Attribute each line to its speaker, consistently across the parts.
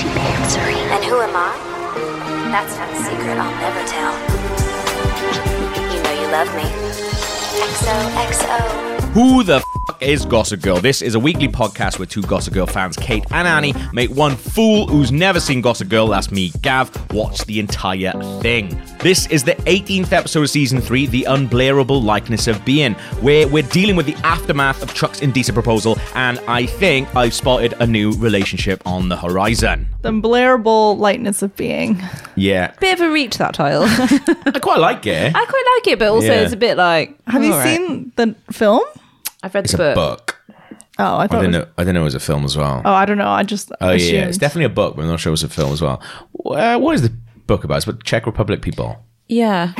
Speaker 1: misery.
Speaker 2: And who am I? That's not a secret I'll never tell. You know you love me. XOXO.
Speaker 1: Who the fuck is Gossip Girl? This is a weekly podcast where two Gossip Girl fans, Kate and Annie, make one fool who's never seen Gossip Girl, that's me, Gav, watch the entire thing. This is the 18th episode of season three, The Unblareable Likeness of Being, where we're dealing with the aftermath of Chuck's indecent proposal, and I think I've spotted a new relationship on the horizon.
Speaker 3: The blareable lightness of being.
Speaker 1: Yeah.
Speaker 4: Bit of a reach that title. I
Speaker 1: I quite like it.
Speaker 4: quite like it, but also
Speaker 1: Yeah.
Speaker 4: it's a bit like.
Speaker 3: Have you
Speaker 4: all right.
Speaker 3: seen the film?
Speaker 4: I've read
Speaker 1: It's
Speaker 4: the
Speaker 1: a
Speaker 4: book.
Speaker 1: book.
Speaker 3: Oh, I
Speaker 1: I
Speaker 3: thought. It
Speaker 1: didn't
Speaker 3: was,
Speaker 1: know. I didn't know it was a film as well.
Speaker 3: oh, I don't know. I just.
Speaker 1: Oh yeah, yeah,
Speaker 3: assumed.
Speaker 1: it's definitely a book, but I'm not sure it's a film as well. Uh, what is the book about? It's about Czech Republic people.
Speaker 4: Yeah.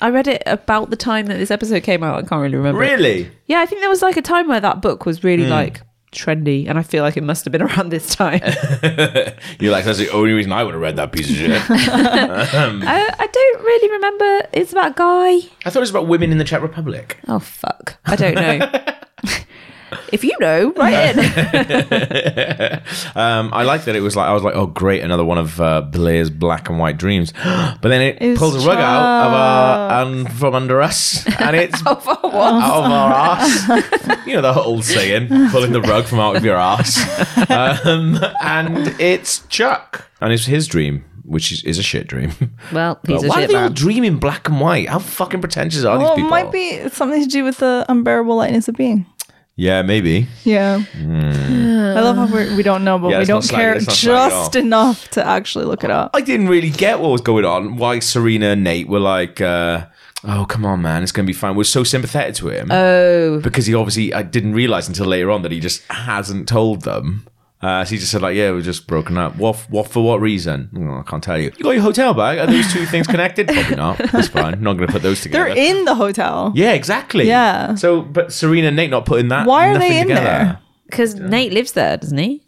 Speaker 4: I read it about the time that this episode came out. I can't really remember.
Speaker 1: Really? Hmm.
Speaker 4: Yeah, I think there was like a time where that book was really like trendy, and I feel like it must have been around this time.
Speaker 1: Um. You're like, that's the only reason I would have read that piece of shit. I
Speaker 4: I, I don't really remember. It's about a guy.
Speaker 1: thought it was about women in the Czech Republic.
Speaker 4: Oh fuck! I don't know. if you know, write in.
Speaker 1: Um, I like that it was like I was like, oh great, another one of uh, Blair's black and white dreams. but then it
Speaker 3: It's
Speaker 1: pulls a rug out of our um, from under us, and it's
Speaker 4: Of our what?
Speaker 1: out of our ass. you know the old saying, pulling the rug from out of your ass. Um, and it's Chuck, and it's his dream, which is, is a shit dream.
Speaker 4: Well,
Speaker 1: But
Speaker 4: he's a
Speaker 1: why are
Speaker 4: shit
Speaker 1: they all
Speaker 4: man.
Speaker 1: dreaming black and white? How fucking pretentious are
Speaker 3: Well,
Speaker 1: these
Speaker 3: it
Speaker 1: people?
Speaker 3: might be something to do with the unbearable lightness of being.
Speaker 1: Yeah, maybe.
Speaker 3: Yeah. I love how we're, we don't know, but
Speaker 1: Hmm. Yeah,
Speaker 3: we
Speaker 1: it's not
Speaker 3: don't
Speaker 1: slight-
Speaker 3: care
Speaker 1: it's not slight at
Speaker 3: just
Speaker 1: all.
Speaker 3: enough to actually look it up.
Speaker 1: I didn't really get what was going on. Why Serena and Nate were like, uh, "Oh, come on, man, it's gonna be fine." We're so sympathetic to him. Oh, because he obviously I didn't realize until later on that he just hasn't told them. Uh, so he just said like, "Yeah, we're just broken up. What? What for? What reason? Mm, I can't tell you. You got your hotel bag? Are those two things connected? Probably not. That's fine. Not gonna put those
Speaker 3: They're
Speaker 1: together.
Speaker 3: in the hotel.
Speaker 1: yeah, exactly.
Speaker 3: Yeah.
Speaker 1: So, but Serena and Nate not putting that.
Speaker 3: Why are they
Speaker 1: nothing
Speaker 3: in
Speaker 1: together.
Speaker 3: there?
Speaker 4: Because Nate lives there, doesn't he?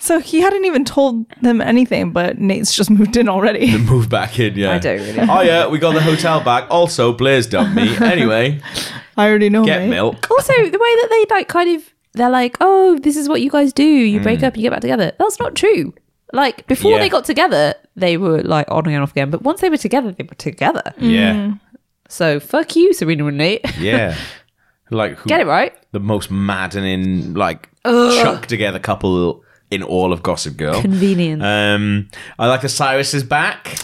Speaker 3: So he hadn't even told them anything, but Nate's just moved in already.
Speaker 1: Move back in, yeah.
Speaker 4: I don't really.
Speaker 1: Oh yeah, we got the hotel back. Also, Blair's dumped me. Anyway,
Speaker 3: I already know.
Speaker 1: get
Speaker 3: right?
Speaker 1: milk.
Speaker 4: Also, the way that they like kind of they're like, oh, this is what you guys do. You break up, you get back together. That's not true. Like before
Speaker 1: Hmm. Yeah.
Speaker 4: they got together, they were like on and off again. But once they were together, they were together.
Speaker 1: Yeah,
Speaker 4: So fuck you, Serena and Nate.
Speaker 1: yeah. Like who,
Speaker 4: Get it right.
Speaker 1: The most maddening, like chuck together couple in all of Gossip Girl.
Speaker 4: Convenient.
Speaker 1: Um, I like that Cyrus is back,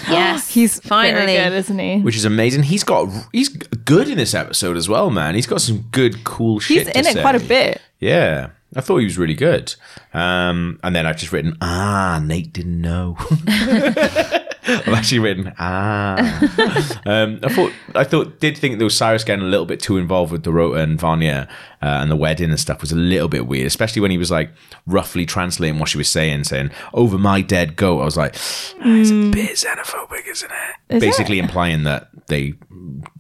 Speaker 4: yes,
Speaker 3: He's
Speaker 4: finally.
Speaker 3: finally good, isn't he?
Speaker 1: which is amazing. He's got he's good in this episode as well, man. He's got some good, cool shit.
Speaker 3: He's
Speaker 1: to
Speaker 3: in it
Speaker 1: say.
Speaker 3: quite a bit.
Speaker 1: Yeah. I thought he was really good. Um, and then I've just written, ah, Nate didn't know. I've actually written, ah. um, I thought, I thought, did think that was Cyrus getting a little bit too involved with Dorota and Vanya uh, and the wedding and stuff was a little bit weird, especially when he was like roughly translating what she was saying, saying, over my dead goat. I was like, "Ah, it's
Speaker 4: Hmm.
Speaker 1: a bit xenophobic, isn't it?
Speaker 3: Is it?
Speaker 1: Basically implying that they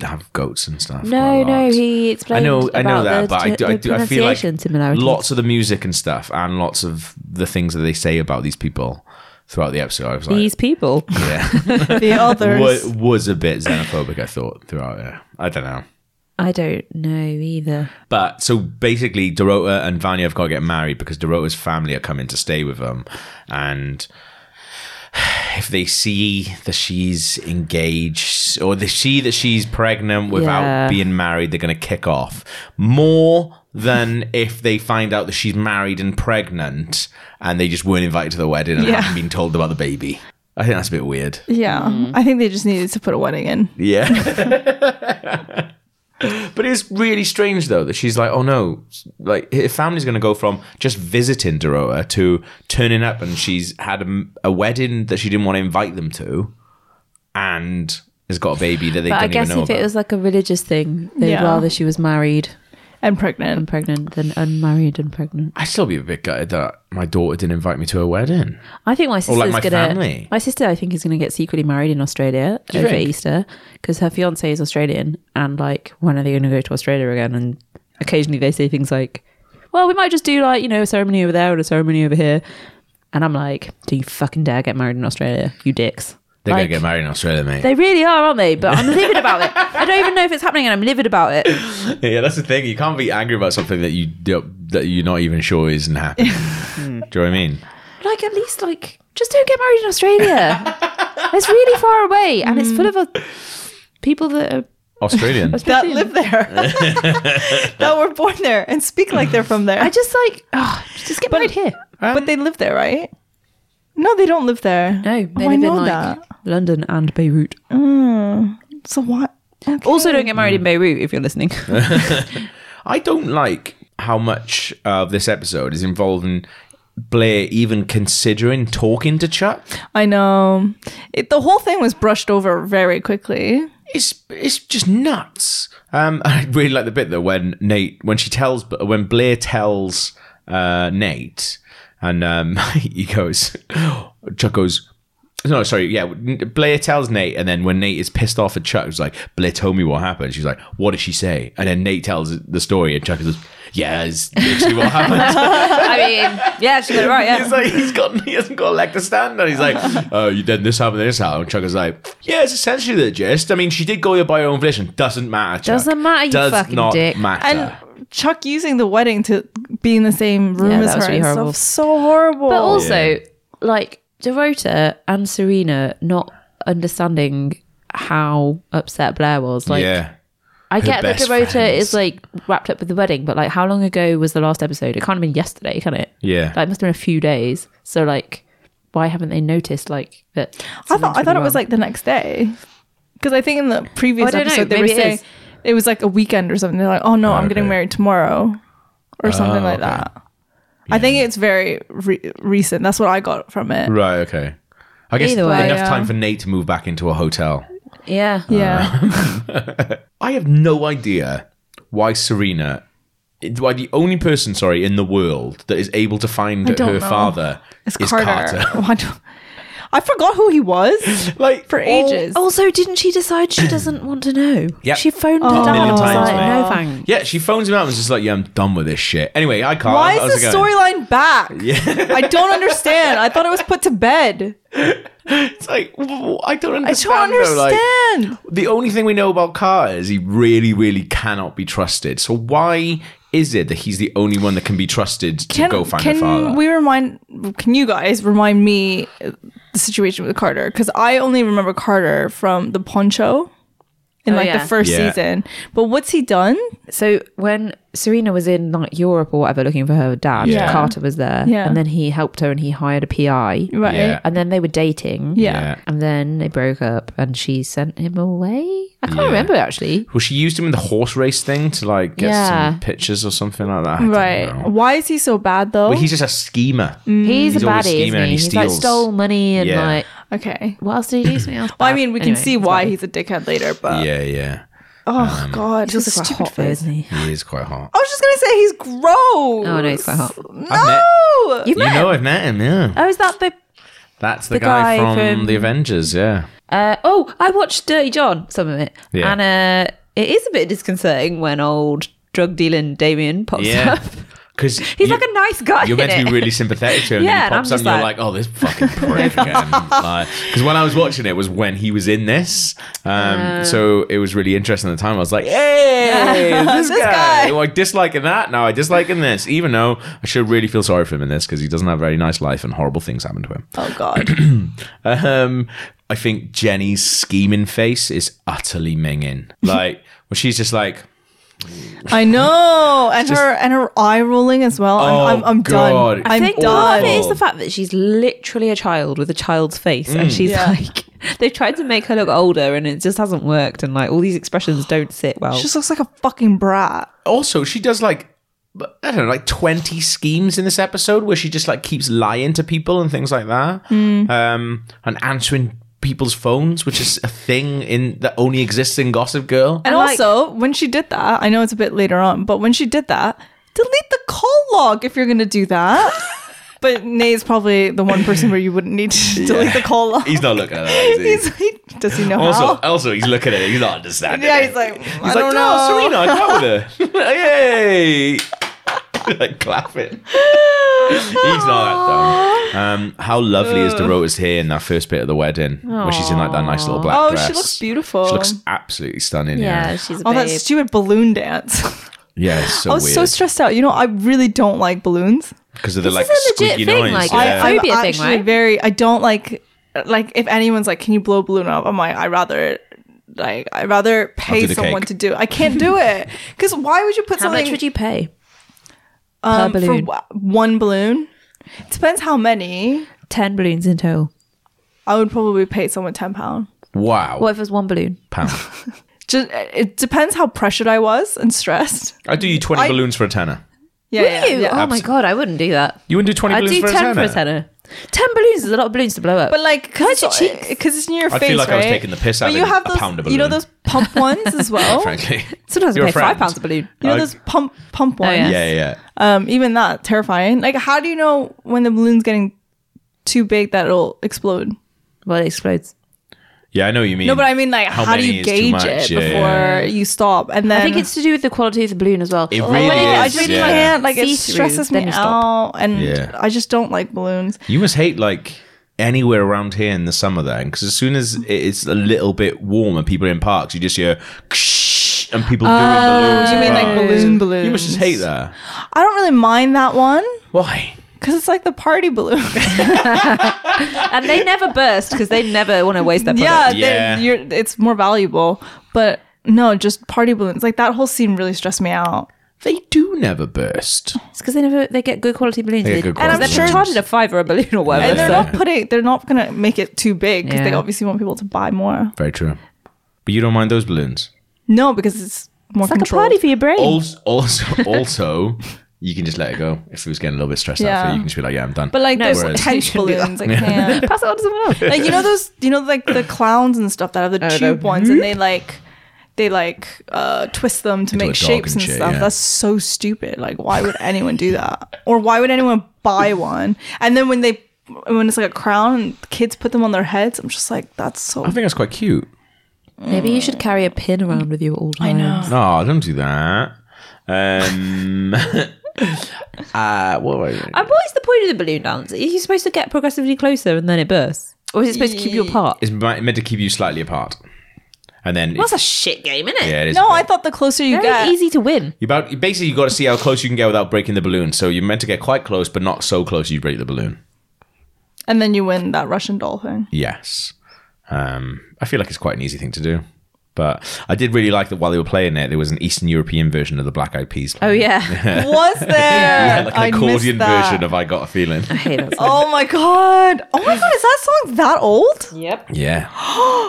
Speaker 1: have goats and stuff.
Speaker 4: No,
Speaker 1: quite a lot.
Speaker 4: no, he explained.
Speaker 1: I know, I know
Speaker 4: about
Speaker 1: that,
Speaker 4: the,
Speaker 1: but I, do, I,
Speaker 4: the
Speaker 1: do, I feel like
Speaker 4: pronunciation similarities.
Speaker 1: lots of the music and stuff, and lots of the things that they say about these people throughout the episode. I was like,
Speaker 4: These people.
Speaker 1: yeah,
Speaker 3: The others.
Speaker 1: was, was a bit xenophobic. I thought throughout. Yeah, I don't know.
Speaker 4: I don't know either.
Speaker 1: But so basically, Dorota and Vanya have got to get married because Dorota's family are coming to stay with them, and if they see that she's engaged or they see that she's pregnant without
Speaker 4: Yeah.
Speaker 1: being married, they're going to kick off more than if they find out that she's married and pregnant and they just weren't invited to the wedding and
Speaker 3: Yeah.
Speaker 1: haven't been told about the baby. I think that's a bit weird.
Speaker 3: yeah. I think they just needed to put a wedding in.
Speaker 1: Yeah. but it's really strange though that she's like, oh no, like her family's going to go from just visiting Dorota to turning up and she's had a, a wedding that she didn't want to invite them to, and has got a baby that they
Speaker 4: But
Speaker 1: don't
Speaker 4: I guess
Speaker 1: even know
Speaker 4: if
Speaker 1: about.
Speaker 4: it was like a religious thing, they'd
Speaker 3: Yeah.
Speaker 4: rather she was married
Speaker 3: And
Speaker 4: and
Speaker 3: pregnant.
Speaker 4: pregnant than unmarried and pregnant.
Speaker 1: I'd still be a bit gutted that my daughter didn't invite me to her wedding.
Speaker 4: I think my sister's
Speaker 1: like my
Speaker 4: gonna.
Speaker 1: family.
Speaker 4: My sister, I think, is gonna get secretly married in Australia
Speaker 1: you
Speaker 4: over
Speaker 1: think?
Speaker 4: Easter because her fiance is Australian, and like, when are they gonna go to Australia again? And occasionally they say things like, "Well, we might just do like you know a ceremony over there and a ceremony over here," and I'm like, "Do you fucking dare get married in Australia, you dicks?"
Speaker 1: They're
Speaker 4: Like-
Speaker 1: going to get married in Australia, mate.
Speaker 4: They really are, aren't they? But I'm livid about it. I don't even know if it's happening, and I'm livid about it.
Speaker 1: yeah, that's the thing. You can't be angry about something that you do, that you're not even sure isn't happening. do you know what I mean?
Speaker 4: Like at least like just don't get married in Australia. it's really far away and it's full of uh, people that are
Speaker 1: Australian.
Speaker 3: that live there, that were born there and speak like they're from there.
Speaker 4: I just like oh, just get married here.
Speaker 3: but they live there, right? No, they don't live there.
Speaker 4: No,
Speaker 3: oh,
Speaker 4: they
Speaker 3: I
Speaker 4: live
Speaker 3: know
Speaker 4: in like
Speaker 3: that.
Speaker 4: London and Beirut.
Speaker 3: So what? Okay.
Speaker 4: Also, don't get married in Beirut if you're listening.
Speaker 1: I don't like how much of this episode is involving Blair even considering talking to Chuck.
Speaker 3: I know. It, the whole thing was brushed over very quickly.
Speaker 1: It's it's just nuts. Um, I really like the bit though when Nate when she tells when Blair tells uh, Nate and um, he goes Chuck goes. No, sorry. Yeah, Blair tells Nate, and then when Nate is pissed off at Chuck, he's like, "Blair told me what happened." She's like, "What did she say?" And then Nate tells the story, and Chuck is, "Yeah, it's literally what happened."
Speaker 4: I mean, yeah, she got it right.
Speaker 1: He's like, he's got, he hasn't got a leg to stand on. He's like, oh, you did this happened, this happened. Chuck is like, yeah, it's essentially the gist. I mean, she did go here by her own volition. Doesn't matter. Chuck.
Speaker 4: Doesn't matter, you
Speaker 1: Does
Speaker 4: fucking
Speaker 1: not
Speaker 4: dick.
Speaker 1: matter.
Speaker 3: And Chuck using the wedding to be in the same room
Speaker 4: Yeah,
Speaker 3: as
Speaker 4: that
Speaker 3: her
Speaker 4: was really
Speaker 3: and stuff.
Speaker 4: horrible.
Speaker 3: so horrible.
Speaker 4: But also, like Dorota and Serena not understanding how upset Blair was. Like,
Speaker 1: yeah,
Speaker 4: I get that
Speaker 1: best
Speaker 4: Dorota
Speaker 1: friends.
Speaker 4: is like wrapped up with the wedding, but like, how long ago was the last episode? It can't have been yesterday, can it?
Speaker 1: yeah.
Speaker 4: Like, it must have been a few days. So, like, why haven't they noticed? Like that.
Speaker 3: I thought I thought it was like the next day because I think in the
Speaker 4: Oh, I
Speaker 3: previous
Speaker 4: don't know.
Speaker 3: episode they were
Speaker 4: Maybe it
Speaker 3: saying
Speaker 4: is.
Speaker 3: it was like a weekend or something. They're like, oh no, I'm getting
Speaker 1: okay.
Speaker 3: married tomorrow or something
Speaker 1: Oh,
Speaker 3: like
Speaker 1: okay.
Speaker 3: that. I think it's very re- recent. That's what I got from it.
Speaker 1: Right. Okay. I guess
Speaker 4: Either way,
Speaker 1: enough
Speaker 3: yeah.
Speaker 1: time for Nate to move back into a hotel.
Speaker 4: yeah,
Speaker 3: Yeah,
Speaker 1: I have no idea why Serena, why the only person, sorry, in the world that is able to find
Speaker 3: I
Speaker 1: her
Speaker 3: don't know.
Speaker 1: father
Speaker 3: it's
Speaker 1: is
Speaker 3: Carter. Why do- I forgot who he was.
Speaker 1: Like
Speaker 3: For
Speaker 1: all-
Speaker 3: ages.
Speaker 4: Also, didn't she decide she doesn't want to know?
Speaker 1: Yep.
Speaker 4: She phoned her
Speaker 1: Oh, A
Speaker 4: dad.
Speaker 1: million
Speaker 4: and was
Speaker 1: times,
Speaker 4: like,
Speaker 1: mate. Oh.
Speaker 4: no thanks.
Speaker 1: Yeah, she phones him out and is just like, "Yeah, I'm done with this shit." Anyway, I can't.
Speaker 3: Why
Speaker 1: How's
Speaker 3: is
Speaker 1: it
Speaker 3: the
Speaker 1: going?
Speaker 3: storyline back? I don't understand. I thought it was put to bed.
Speaker 1: It's like w- I don't
Speaker 3: I
Speaker 1: understand.
Speaker 3: don't
Speaker 1: though, like,
Speaker 3: understand.
Speaker 1: the only thing we know about Carter is he really, really cannot be trusted. So why is it that he's the only one that can be trusted to go find
Speaker 3: can
Speaker 1: her father?
Speaker 3: we remind? Can you guys remind me uh, the situation with Carter? Because I only remember Carter from the poncho in
Speaker 4: Oh,
Speaker 3: like
Speaker 4: yeah.
Speaker 3: the first
Speaker 1: Yeah.
Speaker 3: season. But what's he done?
Speaker 4: So when Serena was in like Europe or whatever looking for her dad,
Speaker 1: Yeah.
Speaker 4: Carter was there,
Speaker 3: Yeah.
Speaker 4: and then he helped her and he hired a PI,
Speaker 3: Right.
Speaker 1: Yeah.
Speaker 4: and then they were dating,
Speaker 3: Yeah.
Speaker 1: Yeah.
Speaker 4: and then they broke up, and she sent him away. I can't
Speaker 1: Yeah.
Speaker 4: remember actually.
Speaker 1: Well, she used him in the horse race thing to like get
Speaker 4: Yeah.
Speaker 1: some pictures or something like that. I don't
Speaker 3: Right.
Speaker 1: know.
Speaker 3: Why is he so bad though?
Speaker 1: But he's just a schemer.
Speaker 4: He's,
Speaker 1: He's
Speaker 4: a
Speaker 1: always
Speaker 4: baddie, isn't
Speaker 1: scheming
Speaker 4: he?
Speaker 1: and he
Speaker 4: He's like
Speaker 1: steals.
Speaker 4: stole money and
Speaker 1: Yeah.
Speaker 4: like
Speaker 3: okay.
Speaker 4: what else did he do? Something else.
Speaker 3: Well, I
Speaker 4: bad.
Speaker 3: mean, we
Speaker 4: Anyway,
Speaker 3: can see
Speaker 4: it's
Speaker 3: why
Speaker 4: fine.
Speaker 3: he's a dickhead later, but
Speaker 1: Yeah, um, yeah.
Speaker 3: oh god,
Speaker 4: He's
Speaker 3: he's
Speaker 4: also
Speaker 3: a
Speaker 4: quite hot,
Speaker 3: stupid
Speaker 4: though,
Speaker 3: face.
Speaker 4: isn't he?
Speaker 1: He is quite hot.
Speaker 3: I was just gonna say he's gross. Oh
Speaker 4: no, he's quite hot.
Speaker 3: No.
Speaker 1: You know, I've met him. Yeah,
Speaker 4: Oh, is that the?
Speaker 1: that's the,
Speaker 4: the
Speaker 1: guy,
Speaker 4: guy
Speaker 1: from,
Speaker 4: from-
Speaker 1: the Avengers. Yeah,
Speaker 4: Uh, oh, I watched Dirty John, some of it,
Speaker 1: Yeah.
Speaker 4: and uh, it is a bit disconcerting when old drug dealing Damien pops
Speaker 1: yeah.
Speaker 4: up.
Speaker 1: Because
Speaker 4: He's like a nice guy.
Speaker 1: You're meant
Speaker 4: in
Speaker 1: to be
Speaker 4: it.
Speaker 1: really sympathetic to him.
Speaker 4: Yeah,
Speaker 1: and
Speaker 4: and
Speaker 1: he
Speaker 4: I'm
Speaker 1: pops up
Speaker 4: just
Speaker 1: and you're
Speaker 4: like-
Speaker 1: like, oh, this fucking prick again. Because when I was watching it, was when he was in this. Um,
Speaker 4: Uh.
Speaker 1: so it was really interesting at the time. I was like, hey, this,
Speaker 3: This
Speaker 1: guy.
Speaker 3: guy.
Speaker 1: Well, I disliking that. Now I disliking this, even though I should really feel sorry for him in this because he doesn't have a very nice life and horrible things happen to him.
Speaker 3: Oh god.
Speaker 1: Um, I think Jenny's scheming face is utterly minging. Like, well, she's just like,
Speaker 3: I know, and her and her eye rolling as well.
Speaker 1: Oh,
Speaker 3: I'm, I'm, I'm
Speaker 1: God.
Speaker 3: done.
Speaker 1: I
Speaker 3: I'm
Speaker 4: think
Speaker 3: done.
Speaker 4: part of it is
Speaker 1: awful.
Speaker 4: the fact that she's literally a child with a child's face,
Speaker 1: Mm.
Speaker 4: and she's
Speaker 3: Yeah.
Speaker 4: like, they've tried to make her look older, and it just hasn't worked, and like all these expressions don't sit well.
Speaker 3: She just looks like a fucking brat.
Speaker 1: also she does like I don't know, like twenty schemes in this episode where she just like keeps lying to people and things like that,
Speaker 3: Hmm.
Speaker 1: um, and answering people's phones, which is a thing in that only exists in Gossip Girl.
Speaker 3: And
Speaker 4: And, like-
Speaker 3: also, when she did that, I know it's a bit later on, but when she did that, delete the call log if you're going to do that. but Nate's probably the one person where you wouldn't need to delete the call log.
Speaker 1: He's not looking at that. Is he?
Speaker 3: He's like, does he know
Speaker 1: also,
Speaker 3: how?
Speaker 1: also, he's looking at it. He's not understanding.
Speaker 3: Yeah,
Speaker 1: it.
Speaker 3: uh, he's like,
Speaker 1: he's
Speaker 3: I
Speaker 1: like,
Speaker 3: don't
Speaker 1: no, Serena,
Speaker 3: know."
Speaker 1: I'm with her. Yay! like clapping. He's not that dumb. Um, how lovely is Dorota's hair in that first bit of the wedding, where she's in like that nice little black
Speaker 3: Oh,
Speaker 1: dress.
Speaker 3: she looks beautiful.
Speaker 1: She looks absolutely stunning. Yeah,
Speaker 4: yeah,
Speaker 1: yeah,
Speaker 4: she's a
Speaker 3: Oh, that
Speaker 4: babe.
Speaker 3: stupid balloon dance.
Speaker 1: it's so
Speaker 3: I was
Speaker 1: weird.
Speaker 3: so stressed out. You know, I really don't like balloons.
Speaker 1: because of the like
Speaker 4: This is a legit
Speaker 1: squeaky
Speaker 4: thing,
Speaker 1: noise.
Speaker 4: like,
Speaker 1: yeah.
Speaker 4: I-
Speaker 3: I'm
Speaker 4: Phobia thing,
Speaker 3: actually
Speaker 4: right?
Speaker 3: very. I don't like. Like if anyone's like, "Can you blow a balloon up?" I'm like, I rather. Like I would rather
Speaker 1: do
Speaker 3: pay
Speaker 1: the
Speaker 3: someone
Speaker 1: cake.
Speaker 3: to do. it. I can't do it because why would you put
Speaker 4: How
Speaker 3: something
Speaker 4: much would you pay?
Speaker 3: um,
Speaker 4: per balloon?
Speaker 3: for wha- one balloon? It depends how many.
Speaker 4: Ten balloons in total.
Speaker 3: I would probably pay someone ten pound.
Speaker 1: wow,
Speaker 4: What if it was one balloon?
Speaker 1: pound.
Speaker 3: Just it depends how pressured I was and stressed.
Speaker 1: I do you twenty balloons for a tenner.
Speaker 3: Yeah, yeah,
Speaker 4: Ew,
Speaker 3: yeah.
Speaker 4: Oh my god, I wouldn't do that.
Speaker 1: You wouldn't do twenty
Speaker 4: I'd
Speaker 1: balloons
Speaker 4: do
Speaker 1: for,
Speaker 4: ten
Speaker 1: a
Speaker 4: for a tenner. Ten balloons is a lot of balloons to blow up.
Speaker 3: But like,
Speaker 4: How's
Speaker 3: because
Speaker 4: your
Speaker 3: it's, eh,
Speaker 4: cheeks?
Speaker 3: 'cause it's in your
Speaker 1: I
Speaker 3: face,
Speaker 1: feel like I
Speaker 3: right?
Speaker 1: was taking the piss out
Speaker 3: But
Speaker 1: of
Speaker 3: you have
Speaker 1: a
Speaker 3: those,
Speaker 1: pound of
Speaker 3: you know
Speaker 1: balloon.
Speaker 3: those pump ones as well.
Speaker 1: Frankly,
Speaker 4: sometimes I
Speaker 1: You're
Speaker 4: pay
Speaker 1: a friend.
Speaker 4: five pounds a balloon.
Speaker 3: You know
Speaker 1: I-
Speaker 3: those pump pump
Speaker 4: Oh,
Speaker 3: ones.
Speaker 4: yeah.
Speaker 1: yeah, yeah, yeah.
Speaker 3: Um, even that terrifying. Like, how do you know when the balloon's getting too big that it'll explode?
Speaker 4: Well, it explodes.
Speaker 1: Yeah, I know what you mean.
Speaker 3: No, but I mean, like,
Speaker 1: How
Speaker 3: how, do
Speaker 1: many
Speaker 3: you
Speaker 1: is too
Speaker 3: gauge
Speaker 1: much?
Speaker 3: it
Speaker 1: Yeah,
Speaker 3: before
Speaker 1: yeah.
Speaker 3: you stop? And then
Speaker 4: I think it's to do with the quality of the balloon as well.
Speaker 1: It
Speaker 4: Oh,
Speaker 1: really
Speaker 3: Like,
Speaker 1: is,
Speaker 3: I just
Speaker 1: yeah.
Speaker 3: can't. Like, it
Speaker 4: See-through,
Speaker 3: stresses me
Speaker 4: then you stop.
Speaker 3: out, and
Speaker 1: Yeah.
Speaker 3: I just don't like balloons.
Speaker 1: You must hate like anywhere around here in the summer then, because as soon as it's a little bit warmer, people are in parks, you just hear "Ksh," and people doing balloons.
Speaker 3: Oh, you
Speaker 1: in
Speaker 3: mean like
Speaker 1: parks.
Speaker 3: balloon balloons?
Speaker 1: You must just hate that.
Speaker 3: I don't really mind that one
Speaker 1: Why?
Speaker 3: because it's like the party balloon.
Speaker 4: and they never burst because they never want to waste that.
Speaker 3: yeah,
Speaker 4: Product.
Speaker 3: they-
Speaker 1: Yeah.
Speaker 3: You're, it's more valuable. But no, just party balloons. Like that whole scene really stressed me out.
Speaker 1: They do never burst.
Speaker 4: it's because they never they get good quality balloons.
Speaker 1: They get good
Speaker 4: and
Speaker 1: quality
Speaker 4: I'm sure
Speaker 1: balloons.
Speaker 4: charged a five or a balloon or whatever.
Speaker 3: And they're
Speaker 1: Yeah.
Speaker 3: not putting. They're not gonna make it too big because they
Speaker 4: Yeah.
Speaker 3: obviously want people to buy more.
Speaker 1: Very true. But you don't mind those balloons.
Speaker 3: No, because it's more
Speaker 4: It's like
Speaker 3: controlled.
Speaker 4: a party for your brain.
Speaker 1: Also, also, also, you can just let it go. If it was getting a little bit stressed out for
Speaker 3: Yeah.
Speaker 1: you, you can just be like, "Yeah, I'm done."
Speaker 3: But like
Speaker 4: No,
Speaker 3: those
Speaker 1: Whereas-
Speaker 3: tense
Speaker 4: shouldn't do that.
Speaker 3: balloons, I can't.
Speaker 4: Pass it on to someone else.
Speaker 3: like you know those, you know like the clowns and stuff that have Oh, the tube ones, and they like, they like uh, twist them to
Speaker 1: Into a
Speaker 3: make
Speaker 1: dog
Speaker 3: shapes
Speaker 1: and
Speaker 3: and,
Speaker 1: shit,
Speaker 3: stuff.
Speaker 1: yeah.
Speaker 3: That's so stupid. Like, why would anyone do that? Or why would anyone buy one? And then when they, when it's like a crown, and kids put them on their heads. I'm just like, that's so.
Speaker 1: I think that's quite cute.
Speaker 4: Maybe you should carry a pin around with you at all times. I know.
Speaker 1: No, don't do that. Um, uh, what were you?
Speaker 4: And what is the point of the balloon dance? Are you supposed to get progressively closer and then it bursts? Or is it supposed to keep you apart?
Speaker 1: It's mi- meant to keep you slightly apart, and then
Speaker 4: That's a shit game, isn't it?
Speaker 1: yeah, it is.
Speaker 3: no, I thought the closer you
Speaker 4: Very
Speaker 3: get,
Speaker 4: easy to win.
Speaker 1: You about you basically you got to see how close you can get without breaking the balloon. So you're meant to get quite close, but not so close you break the balloon.
Speaker 3: and then you win that Russian doll thing.
Speaker 1: Yes, um, I feel like it's quite an easy thing to do. But I did really like that while they were playing it, there was an Eastern European version of the Black Eyed Peas.
Speaker 4: Oh yeah.
Speaker 3: Was there?
Speaker 1: like
Speaker 3: I
Speaker 1: an accordion
Speaker 3: missed that.
Speaker 1: version of "I Got a Feeling."
Speaker 4: I hate that song.
Speaker 3: Oh my god! Oh my god! Is that song that old?
Speaker 4: Yep.
Speaker 1: yeah,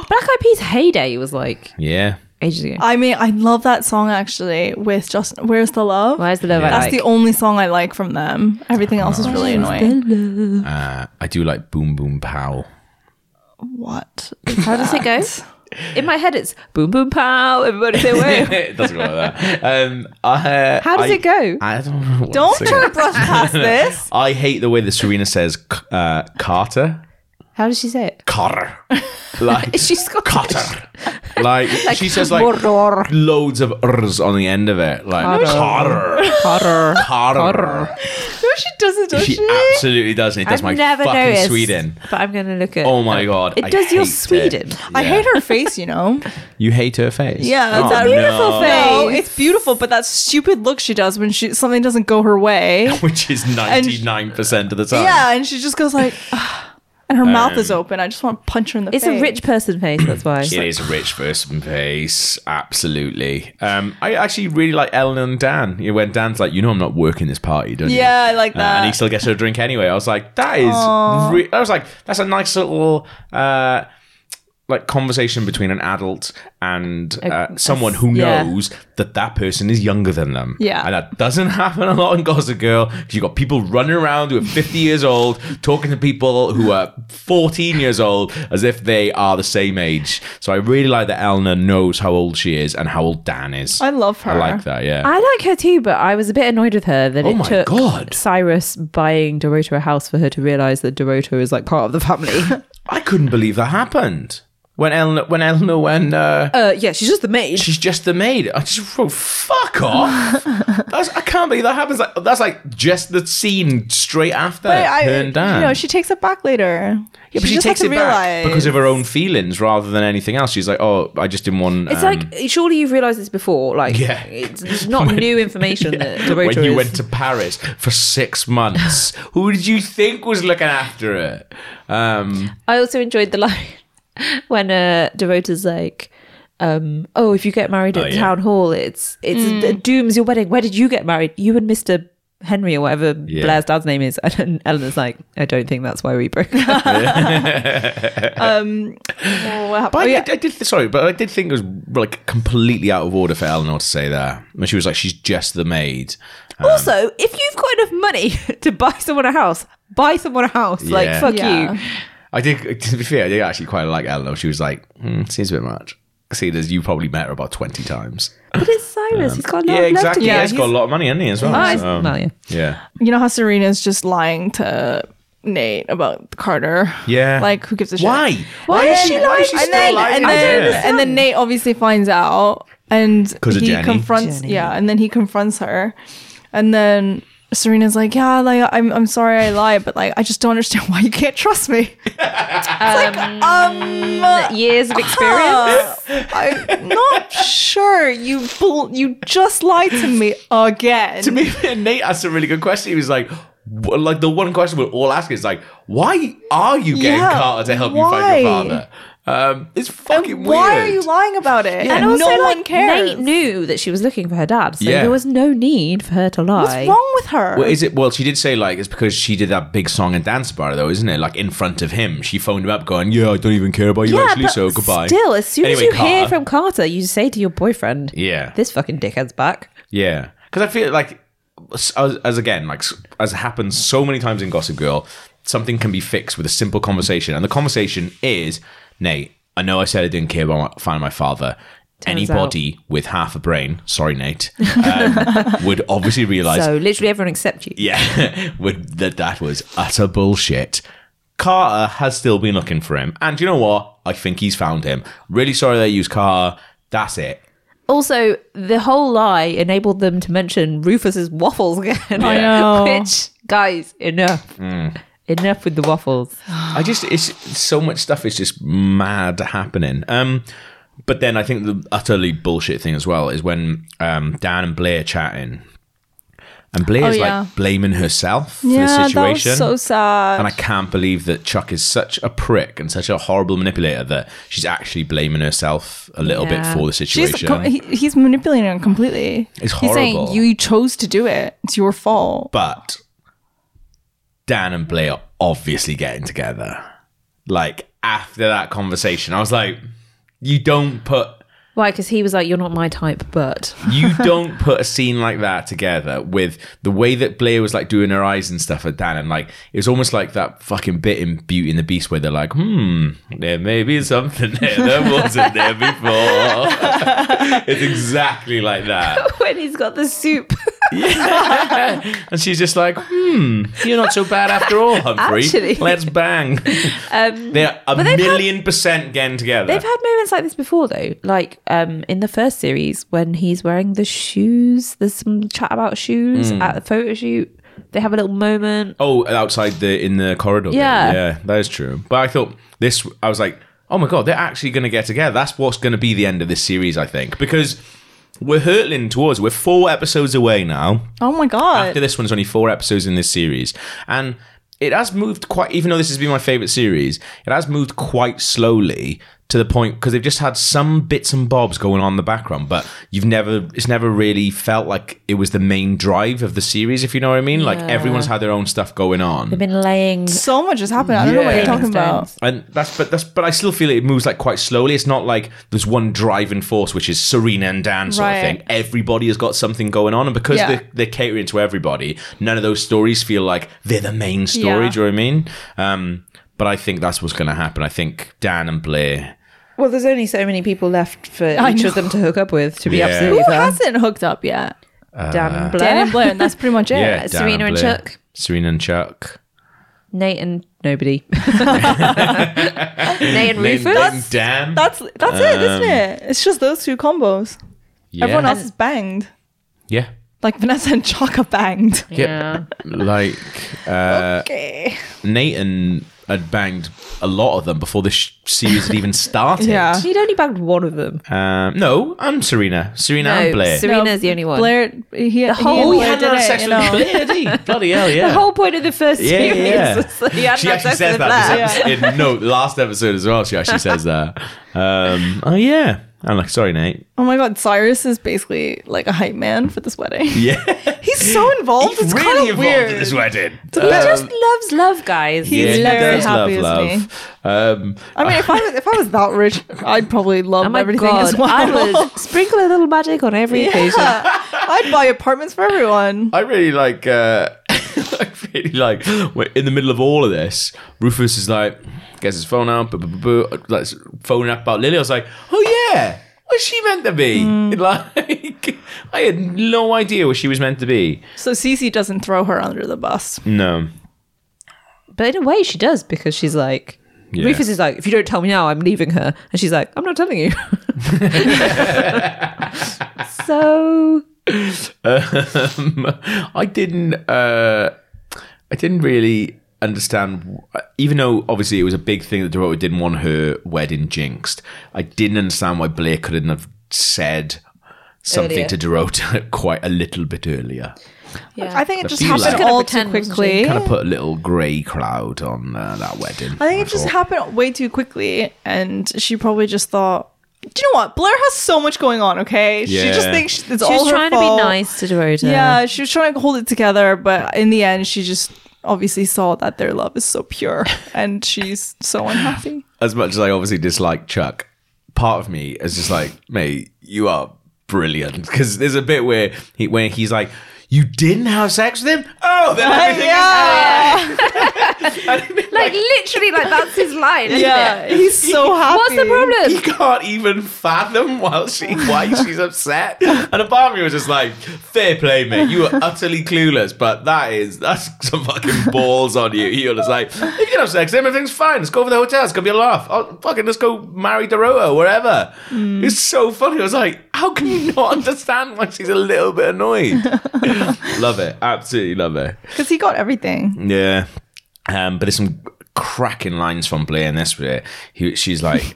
Speaker 4: Black Eyed Peas heyday was like
Speaker 1: yeah.
Speaker 4: ages ago.
Speaker 3: I mean, I love that song actually with Justin. Where's the love?
Speaker 4: Where's the love I
Speaker 3: That's
Speaker 4: like?
Speaker 3: the only song I like from them. Everything else is really annoying.
Speaker 1: Uh, I do like "Boom Boom Pow."
Speaker 3: What?
Speaker 4: How does it go? In my head, it's boom boom pow. Everybody say woo.
Speaker 1: it doesn't go like that. Um, I-
Speaker 4: How does
Speaker 1: I-
Speaker 4: it go?
Speaker 1: I don't know. what
Speaker 3: Don't
Speaker 1: to say.
Speaker 3: try to brush past this.
Speaker 1: I hate the way that Serena says c- uh, Carter.
Speaker 4: How does she say it?
Speaker 1: Carter. Like
Speaker 4: She's Scottish.
Speaker 1: Carter. Like, she says like loads of rs on the end of it. Like Carter.
Speaker 4: Carter.
Speaker 1: Carter.
Speaker 3: No, she doesn't. Does she?
Speaker 1: She absolutely does, and it does
Speaker 4: I've
Speaker 1: my
Speaker 4: never
Speaker 1: fucking
Speaker 4: noticed.
Speaker 1: Sweden.
Speaker 4: But I'm going to look at.
Speaker 1: Oh my god.
Speaker 4: It
Speaker 1: I
Speaker 4: does your
Speaker 1: hate it.
Speaker 4: Sweden.
Speaker 3: I
Speaker 1: Yeah.
Speaker 3: hate her face. You know?
Speaker 1: You hate her face.
Speaker 3: Yeah,
Speaker 1: Oh,
Speaker 3: it's a
Speaker 4: beautiful
Speaker 1: no.
Speaker 4: face.
Speaker 3: No, it's beautiful, but that stupid look she does when she something doesn't go her way.
Speaker 1: Which is ninety nine percent of the time.
Speaker 3: Yeah, and she just goes like, and her mouth is open. I just want to punch her in the
Speaker 4: It's
Speaker 3: face.
Speaker 4: a rich person face. That's why.
Speaker 1: It is a rich person face, absolutely. Um, I actually really like Ellen and Dan. You know, When Dan's like, you know, I'm not working this party, don't you?
Speaker 3: Yeah, I like
Speaker 1: Uh, and he
Speaker 3: that.
Speaker 1: still gets her a drink anyway. I was like, that is. Re- I was like, that's a nice little. Uh, like conversation between an adult and uh, someone who
Speaker 4: yeah.
Speaker 1: knows that that person is younger than them.
Speaker 3: Yeah.
Speaker 1: and that doesn't happen a lot in Gossip Girl. 'cause You got people running around who are fifty years old talking to people who are fourteen years old as if they are the same age. So I really like that Elna knows how old she is and how old Dan is.
Speaker 3: I love her.
Speaker 1: I like that. Yeah,
Speaker 4: I like her too, but I was a bit annoyed with her that
Speaker 1: Oh
Speaker 4: it
Speaker 1: my
Speaker 4: took
Speaker 1: God.
Speaker 4: Cyrus buying Dorota a house for her to realize that Dorota is like part of the family.
Speaker 1: I couldn't believe that happened. when Eleanor, when Eleanor, when uh,
Speaker 4: Uh, yeah, she's just the maid.
Speaker 1: she's just the maid. I just wrote, fuck off. That's, I can't believe that happens. Like, that's like just the scene straight after
Speaker 3: But I,
Speaker 1: her and Dan.
Speaker 3: you know, she takes it back later.
Speaker 1: yeah, but she,
Speaker 3: just had
Speaker 1: takes
Speaker 3: to
Speaker 1: it back because of her own feelings rather than anything else. She's like, oh, I just didn't want.
Speaker 4: It's
Speaker 1: um,
Speaker 4: like surely you've realised this before. Like,
Speaker 1: Yeah.
Speaker 4: it's, it's not new information that the
Speaker 1: when
Speaker 4: rotor
Speaker 1: you
Speaker 4: is.
Speaker 1: went to Paris for six months, who did you think was looking after it? Um,
Speaker 4: I also enjoyed the line when uh, Devota's like, um, "Oh, if you get married at
Speaker 1: Oh,
Speaker 4: the
Speaker 1: yeah.
Speaker 4: town hall, it's it's it dooms your wedding. Where did you get married? You and Mister Henry or whatever
Speaker 1: Yeah.
Speaker 4: Blair's dad's name is." And then Eleanor's like, "I don't think that's why we broke up."
Speaker 3: Oh, what happened?
Speaker 1: But
Speaker 3: Oh,
Speaker 1: I,
Speaker 3: yeah.
Speaker 1: I, I did. Sorry, but I did think it was like completely out of order for Eleanor to say that. When she was like, "She's just the maid."
Speaker 4: also, if you've got enough money to buy someone a house, buy someone a house.
Speaker 1: Yeah.
Speaker 4: Like, fuck
Speaker 3: Yeah.
Speaker 4: you.
Speaker 1: I did. To be fair, I did actually quite like Eleanor. She was like, mm, "Seems a bit much." See, as you probably met her about twenty times.
Speaker 4: But it's Cyrus. he's got
Speaker 1: Um,
Speaker 4: a lot
Speaker 1: yeah,
Speaker 4: of love
Speaker 1: exactly.
Speaker 4: to
Speaker 1: Yeah,
Speaker 4: give.
Speaker 1: he's got a lot of money, hasn't he? As well.
Speaker 4: Oh, it's-
Speaker 1: so-
Speaker 4: well, yeah.
Speaker 1: yeah.
Speaker 3: You know how Serena's just lying to Nate about Carter?
Speaker 1: Yeah.
Speaker 3: Like, who gives a shit?
Speaker 1: Why? Why is she? Why is she
Speaker 3: and
Speaker 1: still
Speaker 3: then,
Speaker 1: lying?
Speaker 3: and
Speaker 1: to her?
Speaker 3: then, and then Nate obviously finds out and
Speaker 1: 'Cause of
Speaker 3: he
Speaker 1: Jenny.
Speaker 3: confronts
Speaker 4: Jenny.
Speaker 3: yeah, and then he confronts her. And then Serena's like, Yeah, like I'm I'm sorry I lied, but like I just don't understand why you can't trust me. it's like, um
Speaker 4: Years of experience.
Speaker 3: huh, Uh, I'm not sure. You bull- you just lied to me again.
Speaker 1: to me, and Nate asked a really good question. He was like, wh- like the one question we're all asking is like, why are you getting
Speaker 3: Yeah,
Speaker 1: Carter to help you find your
Speaker 3: why?
Speaker 1: father? Um, it's fucking weird.
Speaker 3: Why are you lying about it?
Speaker 1: Yeah.
Speaker 3: And
Speaker 1: And
Speaker 3: no one cares.
Speaker 4: Nate knew that she was looking for her dad, so
Speaker 1: Yeah.
Speaker 4: there was no need for her to lie.
Speaker 3: What's wrong with her?
Speaker 1: Well, is it? Well, she did say like it's because she did that big song and dance bar, though, isn't it? Like in front of him, she phoned him up, going, "Yeah, I don't even care about you actually, so goodbye."
Speaker 4: Still, as soon as
Speaker 1: Anyway,
Speaker 4: you hear
Speaker 1: Carter.
Speaker 4: from Carter, you say to your boyfriend,
Speaker 1: yeah,
Speaker 4: "This fucking dickhead's back."
Speaker 1: Yeah, because I feel like as, as again, like as happens so many times in Gossip Girl, something can be fixed with a simple conversation, and the conversation is, "Nate, I know I said I didn't care about my, find my father."
Speaker 4: Turns
Speaker 1: Anybody with half a brain, sorry Nate, um, would obviously realize,
Speaker 4: So literally everyone except you.
Speaker 1: yeah, would, that that was utter bullshit. Carter has still been looking for him, and you know what? I think he's found him. Really sorry they used Carter. That's it.
Speaker 4: Also, the whole lie enabled them to mention Rufus's waffles again.
Speaker 1: I
Speaker 3: know.
Speaker 4: Which, guys, enough.
Speaker 1: Mm.
Speaker 4: Enough with the waffles.
Speaker 1: I just it's so much stuff is just mad happening. Um, but then I think the utterly bullshit thing as well is when um Dan and Blair chatting, and Blair's
Speaker 3: Oh, yeah.
Speaker 1: like blaming herself for
Speaker 3: yeah,
Speaker 1: the situation.
Speaker 3: that was so sad.
Speaker 1: and I can't believe that Chuck is such a prick and such a horrible manipulator that she's actually blaming herself a little
Speaker 4: Yeah.
Speaker 1: bit for the
Speaker 3: She's
Speaker 1: situation.
Speaker 3: com- he, he's manipulating her completely.
Speaker 1: It's
Speaker 3: He's
Speaker 1: horrible.
Speaker 3: saying you chose to do it. It's your fault.
Speaker 1: but Dan and Blair are obviously getting together. Like after that conversation, I was like, you don't put
Speaker 4: Why? Because he was like, "You're not my type," but
Speaker 1: you don't put a scene like that together with the way that Blair was like doing her eyes and stuff at Dan, and like it was almost like that fucking bit in Beauty and the Beast where they're like, hmm, there may be something there that wasn't there before. it's exactly like that,
Speaker 4: when he's got the soup,
Speaker 1: and she's just like, hmm, you're not so bad after all, Humphrey.
Speaker 4: Actually. Um,
Speaker 1: Let's bang. they're a
Speaker 4: they've had-
Speaker 1: million percent getting together.
Speaker 4: They've had moments like this before, though. Like um, in the first series, when he's wearing the shoes, there's some chat about shoes
Speaker 1: Mm.
Speaker 4: at the photo shoot. They have a little moment.
Speaker 1: Oh, outside the in the corridor. thing.
Speaker 4: Yeah.
Speaker 1: yeah, that is true. But I thought this. I was like, oh my god, they're actually going to get together. That's what's going to be the end of this series, I think, because we're hurtling towards. We're four episodes away now.
Speaker 3: Oh my god.
Speaker 1: After this one's only four episodes in this series, and it has moved quite. Even though this has been my favorite series, it has moved quite slowly to the point because they've just had some bits and bobs going on in the background, but you've never. It's never really felt like it was the main drive of the series. If you know what I mean, like everyone's had their own stuff going on.
Speaker 4: They've been laying.
Speaker 3: so much has happened. I don't know what
Speaker 1: Yeah.
Speaker 3: you're talking about.
Speaker 1: And that's but that's but I still feel it moves like quite slowly. It's not like there's one driving force which is Serena and Dan sort of
Speaker 3: Right.
Speaker 1: thing. Everybody has got something going on, and because
Speaker 3: Yeah.
Speaker 1: they're, they're catering to everybody, none of those stories feel like they're the main story.
Speaker 3: Yeah.
Speaker 1: Do you know what I mean? Um, but I think that's what's going to happen. I think Dan and Blair.
Speaker 4: Well, there's only so many people left for
Speaker 3: I
Speaker 4: each
Speaker 3: know.
Speaker 4: of them to hook up with. To be
Speaker 1: Yeah. Uh,
Speaker 4: absolutely
Speaker 3: Who
Speaker 4: fair,
Speaker 3: hasn't hooked up yet?
Speaker 4: Dan Blair,
Speaker 3: Dan and Blair, and that's pretty much it.
Speaker 1: Yeah, Dan
Speaker 4: Serena and
Speaker 1: Blair.
Speaker 4: Chuck.
Speaker 1: Serena and Chuck.
Speaker 4: Nate and nobody. Nate and
Speaker 1: Name-
Speaker 4: Rufus.
Speaker 1: name Dan.
Speaker 3: That's that's it, isn't
Speaker 1: Um,
Speaker 3: it? It's just those two combos.
Speaker 1: yeah.
Speaker 3: Everyone else is banged.
Speaker 1: Yeah.
Speaker 3: Like Vanessa and Chaka banged.
Speaker 4: yeah.
Speaker 1: Like uh,
Speaker 3: Okay.
Speaker 1: Nathan had banged a lot of them before this sh- series had even started.
Speaker 3: Yeah.
Speaker 4: He'd only bagged one of them.
Speaker 1: Um, no, and Serena, Serena and Blair.
Speaker 4: Ser- Serena's the only one.
Speaker 3: Blair, he, he and
Speaker 4: whole-
Speaker 1: oh, he
Speaker 3: Blair
Speaker 1: hadn't
Speaker 3: did
Speaker 1: had
Speaker 3: it,
Speaker 1: sex
Speaker 3: you
Speaker 1: with
Speaker 3: know.
Speaker 1: Blair, did he? Bloody hell, yeah.
Speaker 4: The whole point of the first
Speaker 1: Uh, Yeah,
Speaker 4: series
Speaker 1: yeah.
Speaker 4: was that he hadn't
Speaker 1: she
Speaker 4: had
Speaker 1: actually
Speaker 4: sex
Speaker 1: says
Speaker 4: with
Speaker 1: that
Speaker 4: Blair.
Speaker 1: because it- in no last episode as well. She actually says that. Um, oh yeah, I'm like sorry, Nate.
Speaker 3: Oh my god, Cyrus is basically like a hype man for this wedding.
Speaker 1: Yeah,
Speaker 3: He's so involved. it's kind of weird.
Speaker 1: wedding.
Speaker 4: He just loves love, guys.
Speaker 3: He's
Speaker 1: yeah, he
Speaker 3: very
Speaker 1: does love
Speaker 3: happy, isn't
Speaker 1: love. Um,
Speaker 3: I mean, if I was if I was that rich, I'd probably love
Speaker 4: Oh my
Speaker 3: everything
Speaker 4: god!
Speaker 3: as well.
Speaker 4: I would sprinkle a little magic on every occasion.
Speaker 3: I'd buy apartments for everyone.
Speaker 1: I really like. Uh, I really like. wait, In the middle of all of this, Rufus is like, gets his phone out, boo, boo, boo, boo, like phoning up about Lily. I was like, oh yeah, what's she meant to be? Like, I had no idea what she was meant to be.
Speaker 3: So Cece doesn't throw her under the bus.
Speaker 1: No.
Speaker 4: But in a way, she does because she's like,
Speaker 1: Yeah.
Speaker 4: Rufus is like, if you don't tell me now, I'm leaving her. And she's like, I'm not telling you. so
Speaker 1: um, I didn't. Uh, I didn't really understand, even though obviously it was a big thing that Dorota didn't want her wedding jinxed. I didn't understand why Blair couldn't have said something
Speaker 4: Earlier.
Speaker 1: to Dorota quite a little bit earlier.
Speaker 3: I think it just
Speaker 1: feel like-
Speaker 3: happened
Speaker 1: She's
Speaker 4: gonna
Speaker 3: all too
Speaker 4: pretend, wasn't she?
Speaker 3: quickly.
Speaker 1: Kind of put a little grey cloud on uh, that wedding.
Speaker 3: I think it just
Speaker 1: thought.
Speaker 3: happened way too quickly, and she probably just thought, "Do you know what? Blair has so much going on. Okay, she just
Speaker 1: Yeah.
Speaker 3: thinks she- it's
Speaker 4: she
Speaker 3: all
Speaker 4: was
Speaker 3: her
Speaker 4: trying to be
Speaker 3: fault."
Speaker 4: nice to Dorota.
Speaker 3: Yeah, she was trying to hold it together, but in the end, she just obviously saw that their love is so pure, and she's so unhappy.
Speaker 1: As much as I obviously dislike Chuck, part of me is just like, mate, you are brilliant. Because there's a bit where he where he's like. You didn't have sex with him? Oh, then everything is
Speaker 4: Like, literally, like that's his line. Isn't
Speaker 3: yeah,
Speaker 4: It?
Speaker 3: he's so happy.
Speaker 4: What's the
Speaker 1: he
Speaker 4: problem?
Speaker 1: can't even fathom while she why she's upset. And apart from me was just like, fair play, mate. You were utterly clueless, but that is that's some fucking balls on you. You're just like, if you can have sex, everything's fine. Let's go over the hotel. It's gonna be a laugh. Oh fucking let's go marry Dorota or whatever. It's so funny. I was like, how can you not understand why she's a little bit annoyed? love it. Absolutely love it.
Speaker 3: Because he got everything.
Speaker 1: Yeah. Um, but there's some cracking lines from Blair in this where he, she's like,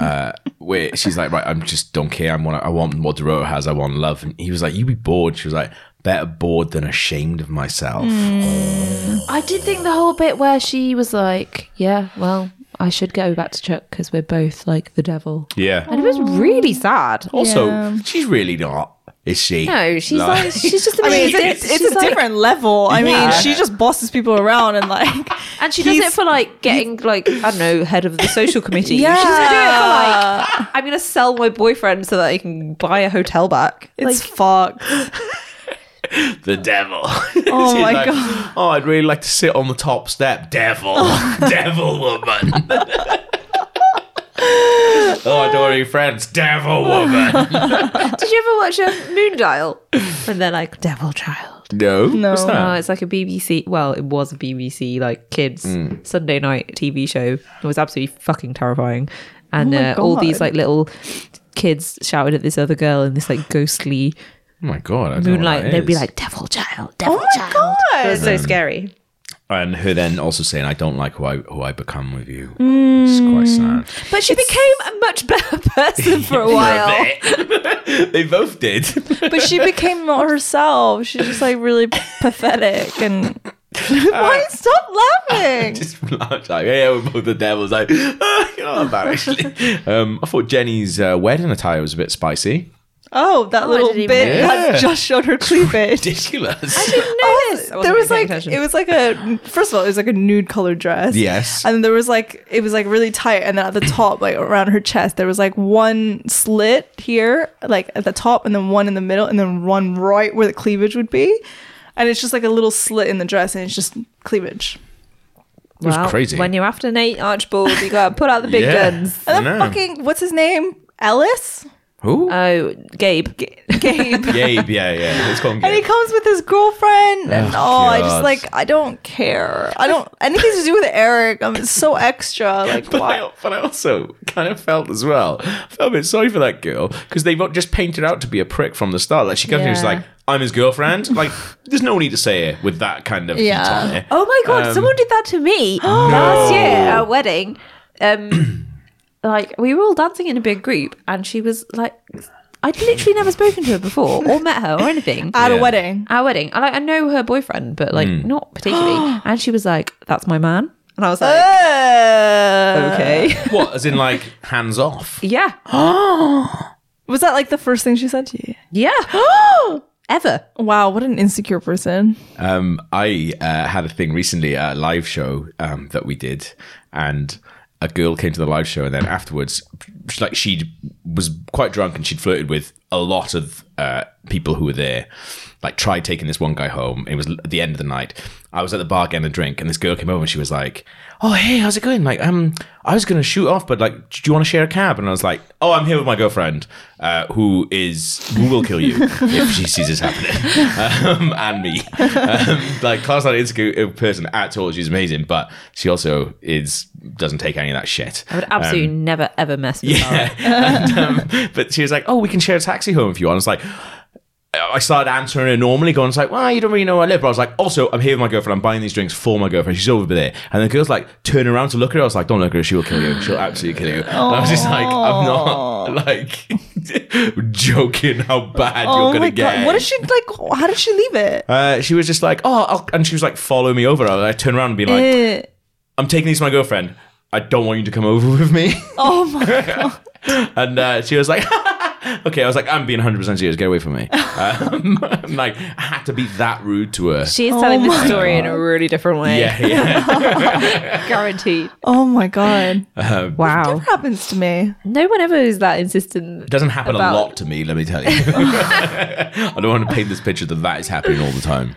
Speaker 1: uh, where she's like, right, I'm just don't care. I'm want, I want what Dorota has. I want love. And he was like, you be bored. She was like, better bored than ashamed of myself.
Speaker 3: Mm.
Speaker 4: I did think the whole bit where she was like, yeah, well, I should go back to Chuck because we're both like the devil.
Speaker 1: Yeah.
Speaker 4: And it was really sad.
Speaker 1: Also,
Speaker 3: Yeah.
Speaker 1: she's really not, is she?
Speaker 4: No, she's like, she's just.
Speaker 3: I mean, it's,
Speaker 4: amazing.
Speaker 3: it's, it's
Speaker 4: She's
Speaker 3: a
Speaker 4: like-
Speaker 3: different level. I mean,
Speaker 4: Yeah.
Speaker 3: she just bosses people around and like,
Speaker 4: And she does
Speaker 3: He's-
Speaker 4: it for like getting like I don't know head of the social committee.
Speaker 3: Yeah.
Speaker 4: She doesn't do it for like I'm gonna sell my boyfriend so that I can buy a hotel back.
Speaker 3: it's
Speaker 4: like,
Speaker 3: fucked.
Speaker 1: the devil.
Speaker 3: Oh
Speaker 1: She's
Speaker 3: my
Speaker 1: like,
Speaker 3: God. Oh.
Speaker 1: Oh, I'd really like to sit on the top step. Devil, devil woman. oh, I don't want any friends. Devil woman.
Speaker 4: did you ever watch um, a Moon Dial? And they're like Devil Child.
Speaker 1: No, no. What's that?
Speaker 4: Oh, it's like a BBC. Well, it was a BBC like kids Sunday night TV show. It was absolutely fucking terrifying, and
Speaker 3: my
Speaker 4: uh, all these
Speaker 3: God.
Speaker 4: like little kids shouted at this other girl in this like ghostly
Speaker 1: Oh my god! I don't know what
Speaker 4: moonlight.
Speaker 1: that
Speaker 4: And they'd be
Speaker 1: is.
Speaker 4: like Devil Child, Devil
Speaker 3: Oh my
Speaker 4: Child.
Speaker 3: God.
Speaker 4: It was so scary.
Speaker 1: and her then also saying, "I don't like who I who I become with you." It's quite sad.
Speaker 4: But she became a much better person for a while.
Speaker 1: they both did.
Speaker 3: But she became not herself. She's just like really pathetic and. Why stop laughing?
Speaker 1: Just laughed, like, yeah, we're both the devils. Like, "Ah, you're not embarrassed. um, I thought Jenny's uh, wedding attire was a bit spicy.
Speaker 3: Oh, that little
Speaker 4: didn't
Speaker 3: bit
Speaker 4: even
Speaker 1: notice.
Speaker 3: that just showed her cleavage.
Speaker 1: Ridiculous.
Speaker 3: Notice
Speaker 4: I wasn't
Speaker 3: there was
Speaker 4: paying
Speaker 3: like
Speaker 4: attention.
Speaker 3: it was like a first of all it was like a nude colored dress.
Speaker 1: Yes.
Speaker 3: and there was like it was like really tight, and then at the top, like around her chest, there was like one slit here, like at the top, and then one in the middle, and then one right where the cleavage would be, and it's just like a little slit in the dress, and it's just cleavage.
Speaker 1: It was crazy.
Speaker 4: When you're after Nate Archibald, you gotta put out the big
Speaker 1: Yeah.
Speaker 4: guns.
Speaker 1: I
Speaker 3: And
Speaker 1: know.
Speaker 3: then fucking what's his name, Ellis?
Speaker 1: Who?
Speaker 4: Oh, Gabe.
Speaker 3: Gabe.
Speaker 1: Gabe, yeah, yeah. Let's call him
Speaker 3: And he
Speaker 1: Gabe.
Speaker 3: comes with his girlfriend, and oh, I just
Speaker 1: God.
Speaker 3: like I don't care. I don't anything to do with Eric. I'm so extra. Like
Speaker 1: But I,
Speaker 3: why?
Speaker 1: but I also kind of felt as well, felt a bit sorry for that girl because they've not just painted her out to be a prick from the start. Like she comes in and is
Speaker 4: Yeah.
Speaker 1: like, I'm his girlfriend. Like, there's no need to say it with that kind of heat
Speaker 3: Yeah.
Speaker 1: on it.
Speaker 4: Oh my god,
Speaker 1: Um,
Speaker 4: someone did that to me last year at a wedding. Um, like we were all dancing in a big group, and she was like, I'd literally never spoken to her before or met her or anything.
Speaker 3: At
Speaker 1: Yeah.
Speaker 3: a wedding.
Speaker 4: Our wedding, I like I know her boyfriend, but like
Speaker 1: Hmm.
Speaker 4: not particularly. and she was like, "That's my man," and I was like,
Speaker 3: Uh,
Speaker 4: "Okay,
Speaker 1: What? As in, like, hands off.
Speaker 4: yeah,
Speaker 3: Was that like the first thing she said to you?
Speaker 4: yeah, ever."
Speaker 3: Wow, what an insecure person.
Speaker 1: Um, I uh, had a thing recently at a live show um, that we did, and a girl came to the live show, and then afterwards, she- like she was quite drunk and she'd flirted with a lot of uh, people who were there. Like tried taking this one guy home. It was l- at the end of the night. I was at the bar getting a drink, and this girl came over and she was like, "Oh hey, how's it going? Like um, I was gonna shoot off, but like, do you want to share a cab?" And I was like, "Oh, I'm here with my girlfriend, uh, who is who will kill you if she sees this happening." um, and me. Um, like, Clara's not an insecure person at all. She's amazing, but she also is doesn't take any of that shit.
Speaker 4: I would absolutely never ever mess with her.
Speaker 1: Um, Yeah. and, um, but she was like, "Oh, we can share a taxi home if you want." I was like. I started answering her normally, going, it's like, well, you don't really know where I live. But I was like, also, I'm here with my girlfriend. I'm buying these drinks for my girlfriend. She's over there. And the girl's like, turn around to look at her. I was like, don't look at her. She will kill you. She'll absolutely kill you. And I was just like, I'm not like joking how bad you're going to get.
Speaker 3: Oh What did she like? How did she leave it?
Speaker 1: Uh, she was just like, oh, I'll, and she was like, follow me over. I, I turn around and be like,
Speaker 3: Eh.
Speaker 1: I'm taking these to my girlfriend. I don't want you to come over with me.
Speaker 3: oh my
Speaker 1: and uh, she was like, okay. I was like, I'm being 100% serious. Get away from me. Um, I'm like, I had to be that rude to her.
Speaker 4: She's
Speaker 3: Oh
Speaker 4: telling this story in a really different way,
Speaker 1: yeah, yeah.
Speaker 4: guaranteed.
Speaker 3: Oh my god.
Speaker 4: Wow,
Speaker 3: What happens to me?
Speaker 4: no one ever is that insistent.
Speaker 1: Doesn't happen
Speaker 4: About-
Speaker 1: a lot to me, let me tell you. I don't want to paint this picture that that is happening all the time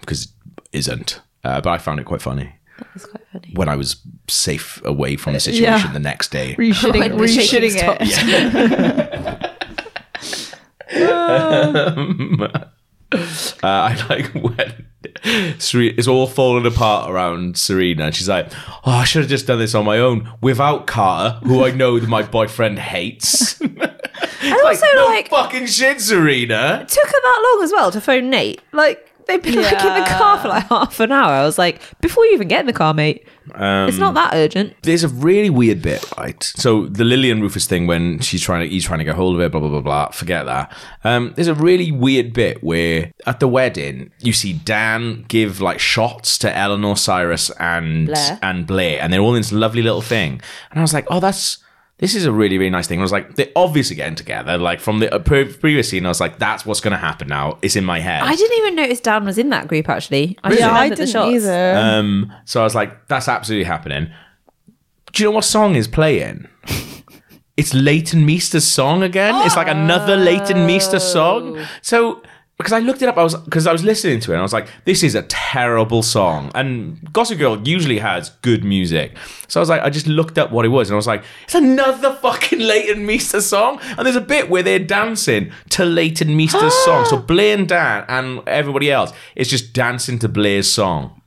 Speaker 1: because it isn't. Uh, but I found it quite funny
Speaker 4: That's quite funny.
Speaker 1: when I was safe away from the situation the next day.
Speaker 3: Reshitting,
Speaker 4: When the shaking
Speaker 3: reshitting it.
Speaker 4: stops.
Speaker 1: Uh, I like when Serena, it's all falling apart around Serena, and she's like, "Oh, I should have just done this on my own without Carter, who I know that my boyfriend hates." and
Speaker 4: also,
Speaker 1: no
Speaker 4: like-
Speaker 1: fucking shit, Serena.
Speaker 4: took her that long as well to phone Nate. Like they've been like in the
Speaker 3: Yeah.
Speaker 4: car for like half an hour. I was like, before you even get in the car, mate, it's not that urgent.
Speaker 1: There's a really weird bit, right? So the Lillian Rufus thing when she's trying to, he's trying to get hold of her, blah blah blah blah. Forget that. Um, there's a really weird bit where at the wedding you see Dan give like shots to Eleanor Cyrus and
Speaker 4: Blair.
Speaker 1: and Blair, and they're all in this lovely little thing. And I was like, oh, that's this is a really really nice thing. And I was like, they're obviously getting together. Like from the uh, pre- previous scene, I was like, that's what's going to happen now. It's in my head.
Speaker 4: I didn't even notice Dan was in that group actually. I
Speaker 3: Yeah,
Speaker 4: just
Speaker 3: I
Speaker 4: remembered the
Speaker 3: didn't
Speaker 4: shots.
Speaker 3: either.
Speaker 1: Um, so I was like, that's absolutely happening. Do you know what song is playing? It's Leighton Meester's song again. It's like another Leighton Meester song. So because I looked it up, I was because I was listening to it, and I was like, "This is a terrible song." And Gossip Girl usually has good music, so I was like, I just looked up what it was, and I was like, "It's another fucking Leighton Meester song." And there's a bit where they're dancing to Leighton Meester's song. So Blair and Dan and everybody else is just dancing to Blair's song.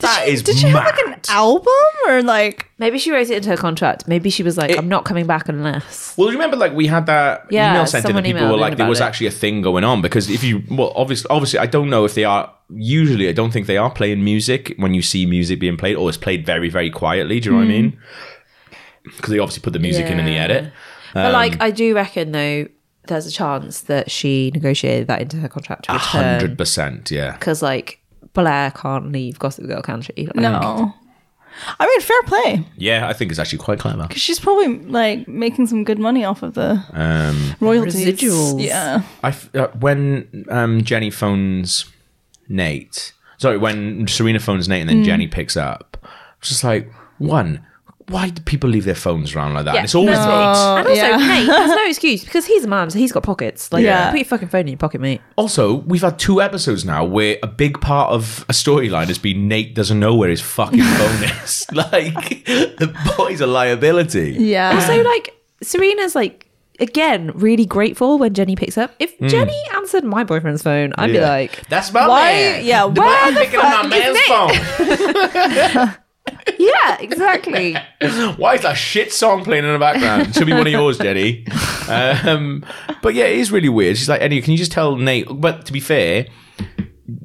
Speaker 1: That is
Speaker 3: Did she
Speaker 1: mad.
Speaker 3: have like an album or like
Speaker 4: Maybe she wrote it into her contract. Maybe she was like,
Speaker 1: It-
Speaker 4: I'm not coming back unless.
Speaker 1: Well, remember, like we had that
Speaker 4: Yeah,
Speaker 1: email sent in, and
Speaker 4: someone
Speaker 1: people
Speaker 4: emailed
Speaker 1: were
Speaker 4: in
Speaker 1: like, there
Speaker 4: about
Speaker 1: was
Speaker 4: it.
Speaker 1: actually a thing going on because if you, well, obviously, obviously, I don't know if they are. Usually, I don't think they are playing music when you see music being played, or it's played very, very quietly. Do you know what I mean? Because they obviously put the music in in the
Speaker 4: Hmm. Yeah.
Speaker 1: edit.
Speaker 3: Um,
Speaker 4: but like, I do reckon though, there's a chance that she negotiated that into her contract. with her.
Speaker 1: Hundred percent, yeah.
Speaker 4: Because like Blair can't leave Gossip Girl, can she? Like,
Speaker 3: no? I mean, fair play.
Speaker 1: Yeah, I think it's actually quite clever.
Speaker 3: She's probably like making some good money off of the
Speaker 1: Um,
Speaker 3: royalties.
Speaker 4: Residuals.
Speaker 3: Yeah.
Speaker 1: I f- uh, when um, Jenny phones Nate. Sorry, when Serena phones Nate and
Speaker 4: Hmm.
Speaker 1: then Jenny picks up. It's just like one. Why do people leave their phones around like that? And it's always Nate.
Speaker 4: And also,
Speaker 3: Yeah.
Speaker 4: Nate, there's no excuse because he's a man, so he's got pockets. Like,
Speaker 3: Yeah.
Speaker 4: put your fucking phone in your pocket, mate.
Speaker 1: Also, we've had two episodes now where a big part of a storyline has been Nate doesn't know where his fucking phone is. Like the boy's a liability.
Speaker 3: Yeah.
Speaker 4: Also, like Serena's like again really grateful when Jenny picks up. If Jenny answered my boyfriend's phone, I'd be
Speaker 1: Hmm. Yeah.
Speaker 4: like,
Speaker 1: That's my
Speaker 3: Why-
Speaker 1: man.
Speaker 3: yeah,
Speaker 1: The-
Speaker 3: where
Speaker 1: I'm
Speaker 3: the
Speaker 1: picking up my
Speaker 4: fuck is
Speaker 1: man's phone.
Speaker 4: yeah, exactly.
Speaker 1: Why is that shit song playing in the background? Should be one of yours, Jenny. Um, but yeah, it is really weird. She's like, Eddie, can you just tell Nate? But to be fair,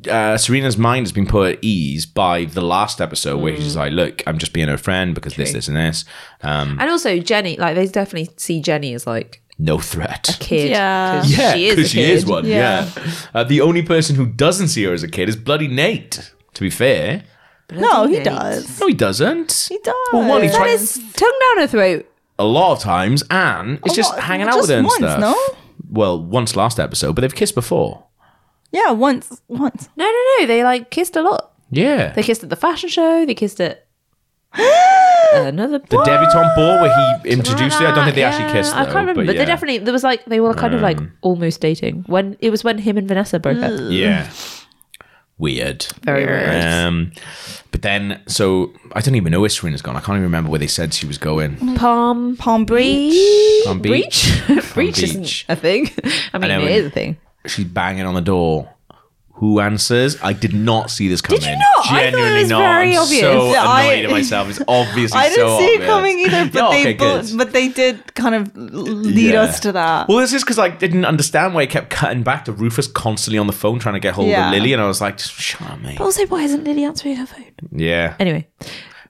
Speaker 1: uh, Serena's mind has been put at ease by the last episode where
Speaker 3: Mm.
Speaker 1: she's like, look, I'm just being her friend because this, this, and this. Um,
Speaker 4: and also Jenny, like they definitely see Jenny as like
Speaker 1: no threat.
Speaker 4: kid.
Speaker 3: Yeah.
Speaker 4: 'cause
Speaker 1: Yeah,
Speaker 4: she is. a
Speaker 1: because she is
Speaker 4: kid.
Speaker 1: one. Yeah.
Speaker 3: Yeah.
Speaker 1: Uh, the only person who doesn't see her as a kid is bloody Nate. To be fair,
Speaker 3: No, he
Speaker 4: Bloody Nate.
Speaker 3: does.
Speaker 1: no, he doesn't.
Speaker 3: He does.
Speaker 1: Well, one, he
Speaker 4: That
Speaker 1: tried
Speaker 4: is tongue down her throat.
Speaker 1: a lot of times, and it's
Speaker 3: A
Speaker 1: just
Speaker 3: lot-
Speaker 1: hanging out
Speaker 3: just
Speaker 1: with her and
Speaker 3: once,
Speaker 1: stuff.
Speaker 3: no?
Speaker 1: Well, once last episode, but they've kissed before.
Speaker 3: Yeah, once, once.
Speaker 4: No, no, no. They like kissed a lot.
Speaker 1: Yeah,
Speaker 4: They kissed at the fashion show. They kissed at another.
Speaker 1: the debutante ball where he introduced her. I don't think they actually
Speaker 4: Yeah,
Speaker 1: kissed. Though,
Speaker 4: I can't remember, but,
Speaker 1: yeah. Mm.
Speaker 4: they definitely there was like they were kind of like almost dating when it was when him and Vanessa broke up.
Speaker 1: Yeah, weird.
Speaker 4: Very weird.
Speaker 1: Um, but then, so I don't even know where Serena's gone. I can't even remember where they said she was
Speaker 4: Mm.
Speaker 1: going.
Speaker 4: Palm
Speaker 3: Palm Beach.
Speaker 1: On beach,
Speaker 4: breach. breach
Speaker 1: beach.
Speaker 4: isn't a thing. I mean,
Speaker 1: know,
Speaker 4: it
Speaker 1: and-
Speaker 4: is a thing.
Speaker 1: she's banging on the door. Who answers? I did not see this coming.
Speaker 4: you not? I thought it
Speaker 1: Genuinely
Speaker 4: was
Speaker 1: not.
Speaker 4: very
Speaker 1: I'm
Speaker 4: obvious.
Speaker 1: so
Speaker 3: Yeah, I-
Speaker 1: annoyed at myself. It's obviously
Speaker 3: I didn't
Speaker 1: so
Speaker 3: see it
Speaker 1: obvious.
Speaker 3: coming either, but
Speaker 1: Yeah, okay,
Speaker 3: they
Speaker 1: good.
Speaker 3: both, but they did kind of l- lead
Speaker 1: Yeah.
Speaker 3: us to that.
Speaker 1: Well, this is because I didn't understand why he kept cutting back to Rufus constantly on the phone trying to get hold
Speaker 3: Yeah.
Speaker 1: of Lily, and I was like, just shut up, mate.
Speaker 4: Also, why isn't Lily answering her phone?
Speaker 1: Yeah.
Speaker 4: Anyway,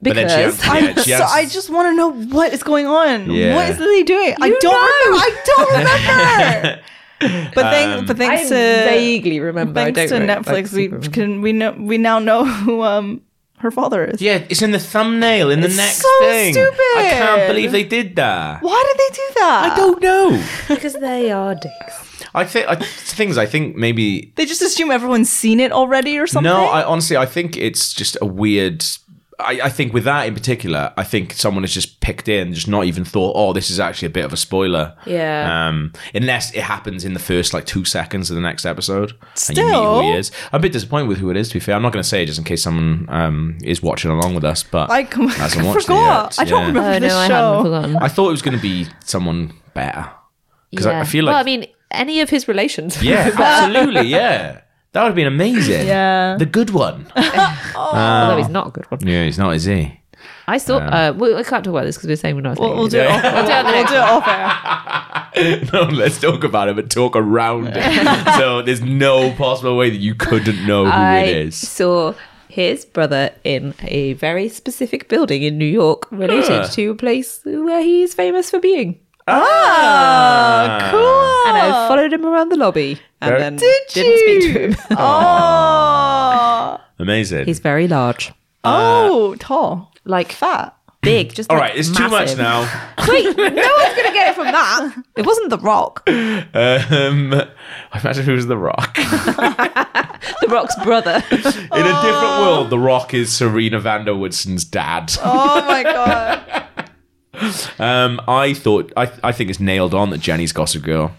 Speaker 1: But then she
Speaker 4: because
Speaker 1: answered- yeah, she
Speaker 3: so
Speaker 1: answers-
Speaker 3: I just want to know what is going on.
Speaker 1: Yeah.
Speaker 3: What is Lily doing? I
Speaker 4: You
Speaker 3: don't.
Speaker 4: know.
Speaker 3: Remember, I don't remember. but thanks, but
Speaker 4: I
Speaker 3: thanks to
Speaker 4: vaguely remember. I
Speaker 3: thanks to
Speaker 4: don't really- like,
Speaker 3: Netflix, we
Speaker 4: super remember.
Speaker 3: can we know we now know who um her father is.
Speaker 1: Yeah, it's in the thumbnail in the next
Speaker 3: so
Speaker 1: thing. I can't
Speaker 3: stupid.
Speaker 1: believe they did that.
Speaker 3: Why did they do that?
Speaker 1: I don't know.
Speaker 4: because they are dicks.
Speaker 1: I think I, things. I think maybe
Speaker 3: They just assume everyone's seen it already or something.
Speaker 1: no. I honestly, I think it's just a weird. I, I think with that in particular, I think someone has just picked in, just not even thought. Oh, this is actually a bit of a spoiler.
Speaker 4: Yeah.
Speaker 1: Um, unless it happens in the first like two seconds of the next episode, and you
Speaker 3: Still.
Speaker 1: meet who he is. I'm a bit disappointed with who it is. To be fair, I'm not going to say it just in case someone um, is watching along with us. But
Speaker 3: I com-
Speaker 1: hasn't watched it
Speaker 3: forgot.
Speaker 1: yet,
Speaker 3: I don't
Speaker 1: yeah.
Speaker 3: remember
Speaker 4: Oh
Speaker 3: the
Speaker 4: no, I haven't
Speaker 3: show.
Speaker 4: forgotten.
Speaker 1: I thought it was going to be someone better. 'Cause I- I feel like-
Speaker 4: well, I mean, any of his relations.
Speaker 1: Yeah, absolutely. Yeah, that would have been amazing.
Speaker 3: Yeah.
Speaker 1: the good one.
Speaker 4: although he's not a good one.
Speaker 1: yeah, he's not, is he?
Speaker 4: I saw. Uh, well, I can't talk about this because we're saying we're not.
Speaker 3: We'll, we'll do
Speaker 1: Yeah.
Speaker 3: it. Off, we'll, we'll do it off air.
Speaker 1: no, let's talk about it, but talk around it. so there's no possible way that you couldn't know who
Speaker 4: I
Speaker 1: it is.
Speaker 4: saw his brother in a very specific building in New York related
Speaker 1: Ah.
Speaker 4: to a place where he's famous for being.
Speaker 1: Ah,
Speaker 3: Cool.
Speaker 4: And I followed him around the lobby and
Speaker 1: Very-
Speaker 4: then
Speaker 3: Did
Speaker 4: not speak to
Speaker 3: you?
Speaker 4: him.
Speaker 1: Uh,
Speaker 3: Oh.
Speaker 1: amazing.
Speaker 4: he's very large.
Speaker 3: Oh, tall,
Speaker 4: Like
Speaker 3: fat.
Speaker 4: big, just
Speaker 1: All
Speaker 4: like,
Speaker 1: right, it's too much
Speaker 4: massive.
Speaker 1: now.
Speaker 4: Wait, no one's gonna get it from that. It wasn't The Rock.
Speaker 1: Um, I imagine who's The Rock.
Speaker 4: The Rock's brother.
Speaker 1: In a different
Speaker 4: Oh.
Speaker 1: world, The Rock is Serena Vanderwoodson's dad.
Speaker 3: Oh my god.
Speaker 1: Um, I thought I I think it's nailed on that Jenny's Gossip Girl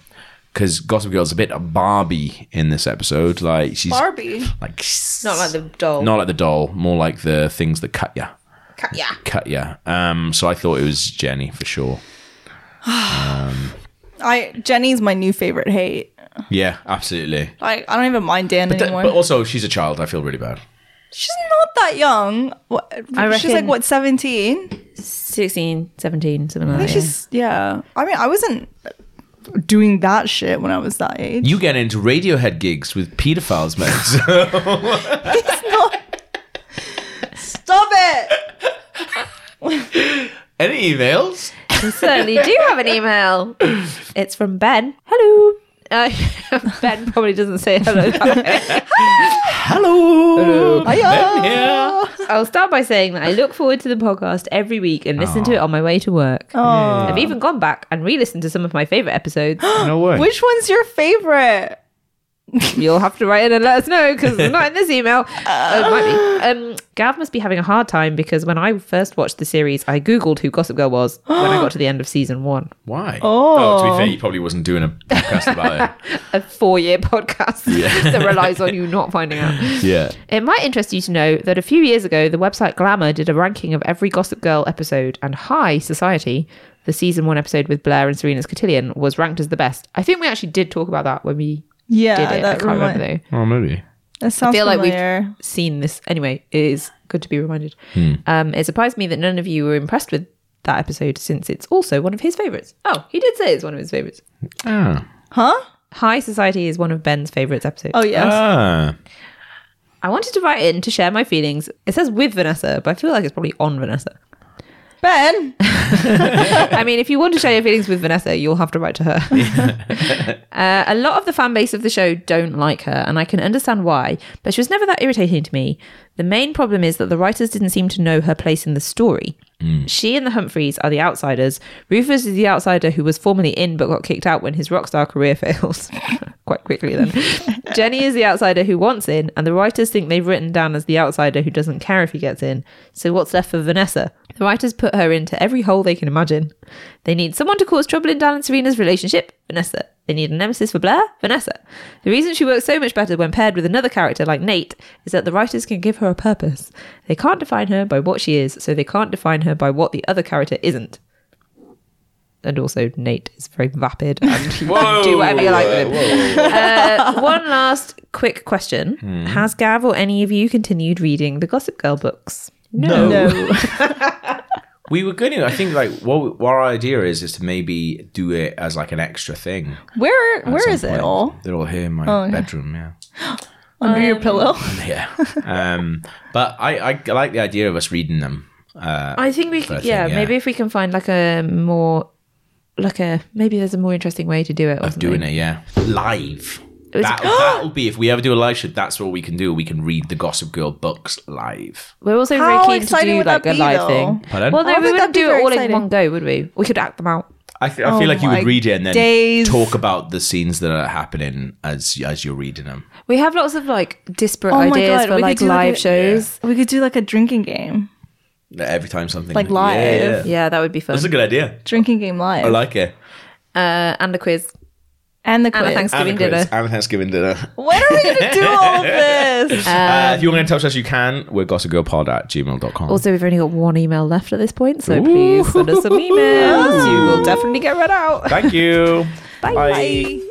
Speaker 1: because Gossip Girl's a bit of Barbie in this episode. Like she's
Speaker 3: Barbie.
Speaker 1: like
Speaker 4: Not like the doll.
Speaker 1: not like the doll, more like the things that cut ya,
Speaker 4: yeah.
Speaker 1: cut ya. Um, so I thought it was Jenny for sure.
Speaker 3: I Jenny's my new favorite hate.
Speaker 1: Yeah, absolutely.
Speaker 3: Like I don't even mind Dan
Speaker 1: Th-
Speaker 3: anymore.
Speaker 1: but also, she's a child. I feel really bad.
Speaker 3: She's not that young. What,
Speaker 4: I
Speaker 3: she's like
Speaker 4: reckon-
Speaker 3: what 17?
Speaker 4: 16, 17, something like
Speaker 3: I
Speaker 4: that.
Speaker 3: think she's yeah. I mean, I wasn't doing that shit when I was that age.
Speaker 1: You get into Radiohead gigs with paedophiles, mate.
Speaker 3: Stop it.
Speaker 1: Any emails?
Speaker 4: certainly do have an email. It's from Ben. Hello. Uh, ben probably doesn't say hello.
Speaker 1: Hello.
Speaker 3: Hiya.
Speaker 1: Ben here.
Speaker 4: I'll start by saying that I look forward to the podcast every week and listen to it on my way to work. I've even gone back and re listened to some of my favourite episodes.
Speaker 1: No way.
Speaker 3: Which one's your favorite?
Speaker 4: You'll have to write in and let us know because it's not in this email. Uh, it might be. Um, Gav must be having a hard time because when I first watched the series, I Googled who Gossip Girl was when I got to the end of season one.
Speaker 1: Why?
Speaker 3: Oh.
Speaker 1: to be fair, he probably wasn't doing a podcast about
Speaker 4: A four year podcast that relies on you not finding out.
Speaker 1: it. Yeah.
Speaker 4: It might interest you to know that a few years ago, the website Glamour did a ranking of every Gossip Girl episode, and High Society, the season one episode with Blair and Serena's Cotillion, was ranked as the best. I think we actually did talk about that when we
Speaker 3: Yeah,
Speaker 4: did it. I
Speaker 3: that,
Speaker 4: can't
Speaker 3: remind-
Speaker 4: remember though.
Speaker 1: Oh, maybe.
Speaker 3: that sounds
Speaker 4: feel like we've-
Speaker 3: familiar.
Speaker 4: Seen this anyway. It is good to be reminded. Um, it surprised me that none of you were impressed with that episode, since it's also one of his favorites. Oh, he did say it's one of his favorites.
Speaker 1: Ah.
Speaker 3: Huh?
Speaker 4: High Society is one of Ben's favorites episodes.
Speaker 3: Oh yes.
Speaker 1: Ah.
Speaker 4: I wanted to write in to share my feelings. It says with Vanessa, but I feel like it's probably on Vanessa.
Speaker 3: ben.
Speaker 4: I mean, if you want to share your feelings with Vanessa, you'll have to write to her. uh, a lot of the fan base of the show don't like her, and I can understand why, but she was never that irritating to me. The main problem is that the writers didn't seem to know her place in the story. She and the Humphreys are the outsiders. Rufus is the outsider who was formerly in but got kicked out when his rock star career fails. Quite quickly, then. Jenny is the outsider who wants in, and the writers think they've written down as the outsider who doesn't care if he gets in. So, what's left for Vanessa? The writers put her into every hole they can imagine. They need someone to cause trouble in Dan and Serena's relationship, Vanessa. They need a nemesis for Blair, Vanessa. The reason she works so much better when paired with another character like Nate is that the writers can give her a purpose. They can't define her by what she is, so they can't define her by what the other character isn't. And also, Nate is very vapid and you can do whatever you like with him. Uh, one last quick question:
Speaker 1: Hmm.
Speaker 4: Has Gav or any of you continued reading the Gossip Girl books?
Speaker 1: No.
Speaker 3: No.
Speaker 1: We were going to, I think, like, what, what our idea is, is to maybe do it as like an extra thing.
Speaker 3: Where
Speaker 1: at
Speaker 3: where
Speaker 1: some
Speaker 3: is it
Speaker 1: point.
Speaker 3: all?
Speaker 1: They're all here in my bedroom, yeah.
Speaker 3: Under your pillow.
Speaker 1: Yeah. um, but I, I, I like the idea of us reading them. Uh,
Speaker 4: I think we, c
Speaker 1: But I think,
Speaker 4: yeah,
Speaker 1: yeah.
Speaker 4: maybe if we can find like a more, like a maybe there's a more interesting way to do it. Or
Speaker 1: of doing it, yeah. Live.
Speaker 4: was-
Speaker 1: That, that'll be if we ever do a live show. That's all we can do. We can read the Gossip Girl books live.
Speaker 4: We're also
Speaker 3: How
Speaker 4: very keen to
Speaker 3: exciting
Speaker 4: do
Speaker 3: would that
Speaker 4: like a
Speaker 3: be,
Speaker 4: live
Speaker 3: though?
Speaker 4: thing.
Speaker 1: Pardon?
Speaker 4: Well,
Speaker 3: I
Speaker 4: no,
Speaker 3: think
Speaker 4: we wouldn't
Speaker 3: that'd be
Speaker 4: do it
Speaker 3: very
Speaker 4: all in
Speaker 3: exciting.
Speaker 4: one go, would we? We could act them out.
Speaker 1: I, th- I feel like you
Speaker 3: oh my
Speaker 1: would read it and then
Speaker 3: days.
Speaker 1: talk about the scenes that are happening as as you're reading them.
Speaker 4: We have lots of like disparate
Speaker 3: Oh my
Speaker 4: ideas
Speaker 3: God,
Speaker 4: for
Speaker 3: we could
Speaker 4: like
Speaker 3: do, like,
Speaker 4: live
Speaker 3: a-
Speaker 4: shows.
Speaker 3: We could do like a drinking game.
Speaker 1: Every time something
Speaker 3: Like live.
Speaker 1: Yeah.
Speaker 4: Yeah. that would be fun.
Speaker 1: That's a good idea.
Speaker 3: Drinking game live.
Speaker 1: I like it.
Speaker 4: uh, and a quiz.
Speaker 3: and the
Speaker 4: And a
Speaker 3: quiz.
Speaker 4: Thanksgiving
Speaker 1: And a quiz.
Speaker 4: dinner.
Speaker 1: And a Thanksgiving dinner.
Speaker 3: When are we gonna do all of this?
Speaker 1: uh, if
Speaker 3: Um,
Speaker 1: you want to get in touch with us, you can. We're gossipgirlpod at gmail.com.
Speaker 4: Also, we've only got one email left at this point, so please send us some emails. You
Speaker 3: Ah.
Speaker 4: will definitely get read out.
Speaker 1: Thank you.
Speaker 3: Bye.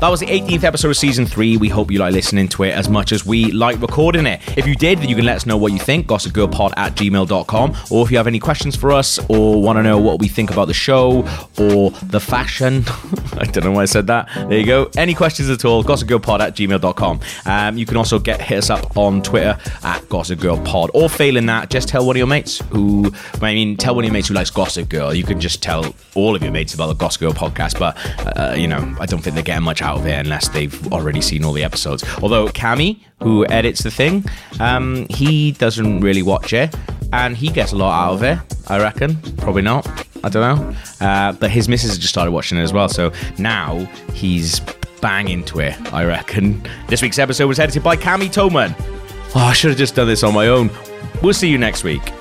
Speaker 1: That was the 18th episode of season three. We hope you like listening to it as much as we like recording it. If you did, then you can let us know what you think, gossipgirlpod at gmail.com. Or if you have any questions for us or want to know what we think about the show or the fashion, I don't know why I said that. There you go. Any questions at all, gossipgirlpod at gmail.com. Um, you can also get hit us up on Twitter at gossipgirlpod. Or failing that, just tell one of your mates who, I mean, tell one of your mates who likes Gossip Girl. You can just tell all of your mates about the Gossip Girl podcast, but uh, you know, I don't think they're getting much out of it unless they've already seen all the episodes. Although Cammy, who edits the thing, um, he doesn't really watch it, and he gets a lot out of it. I reckon, probably not. I don't know. Uh, but his missus has just started watching it as well, so now he's bang into it. I reckon. This week's episode was edited by Cammy Toman. Oh, I should have just done this on my own. We'll see you next week.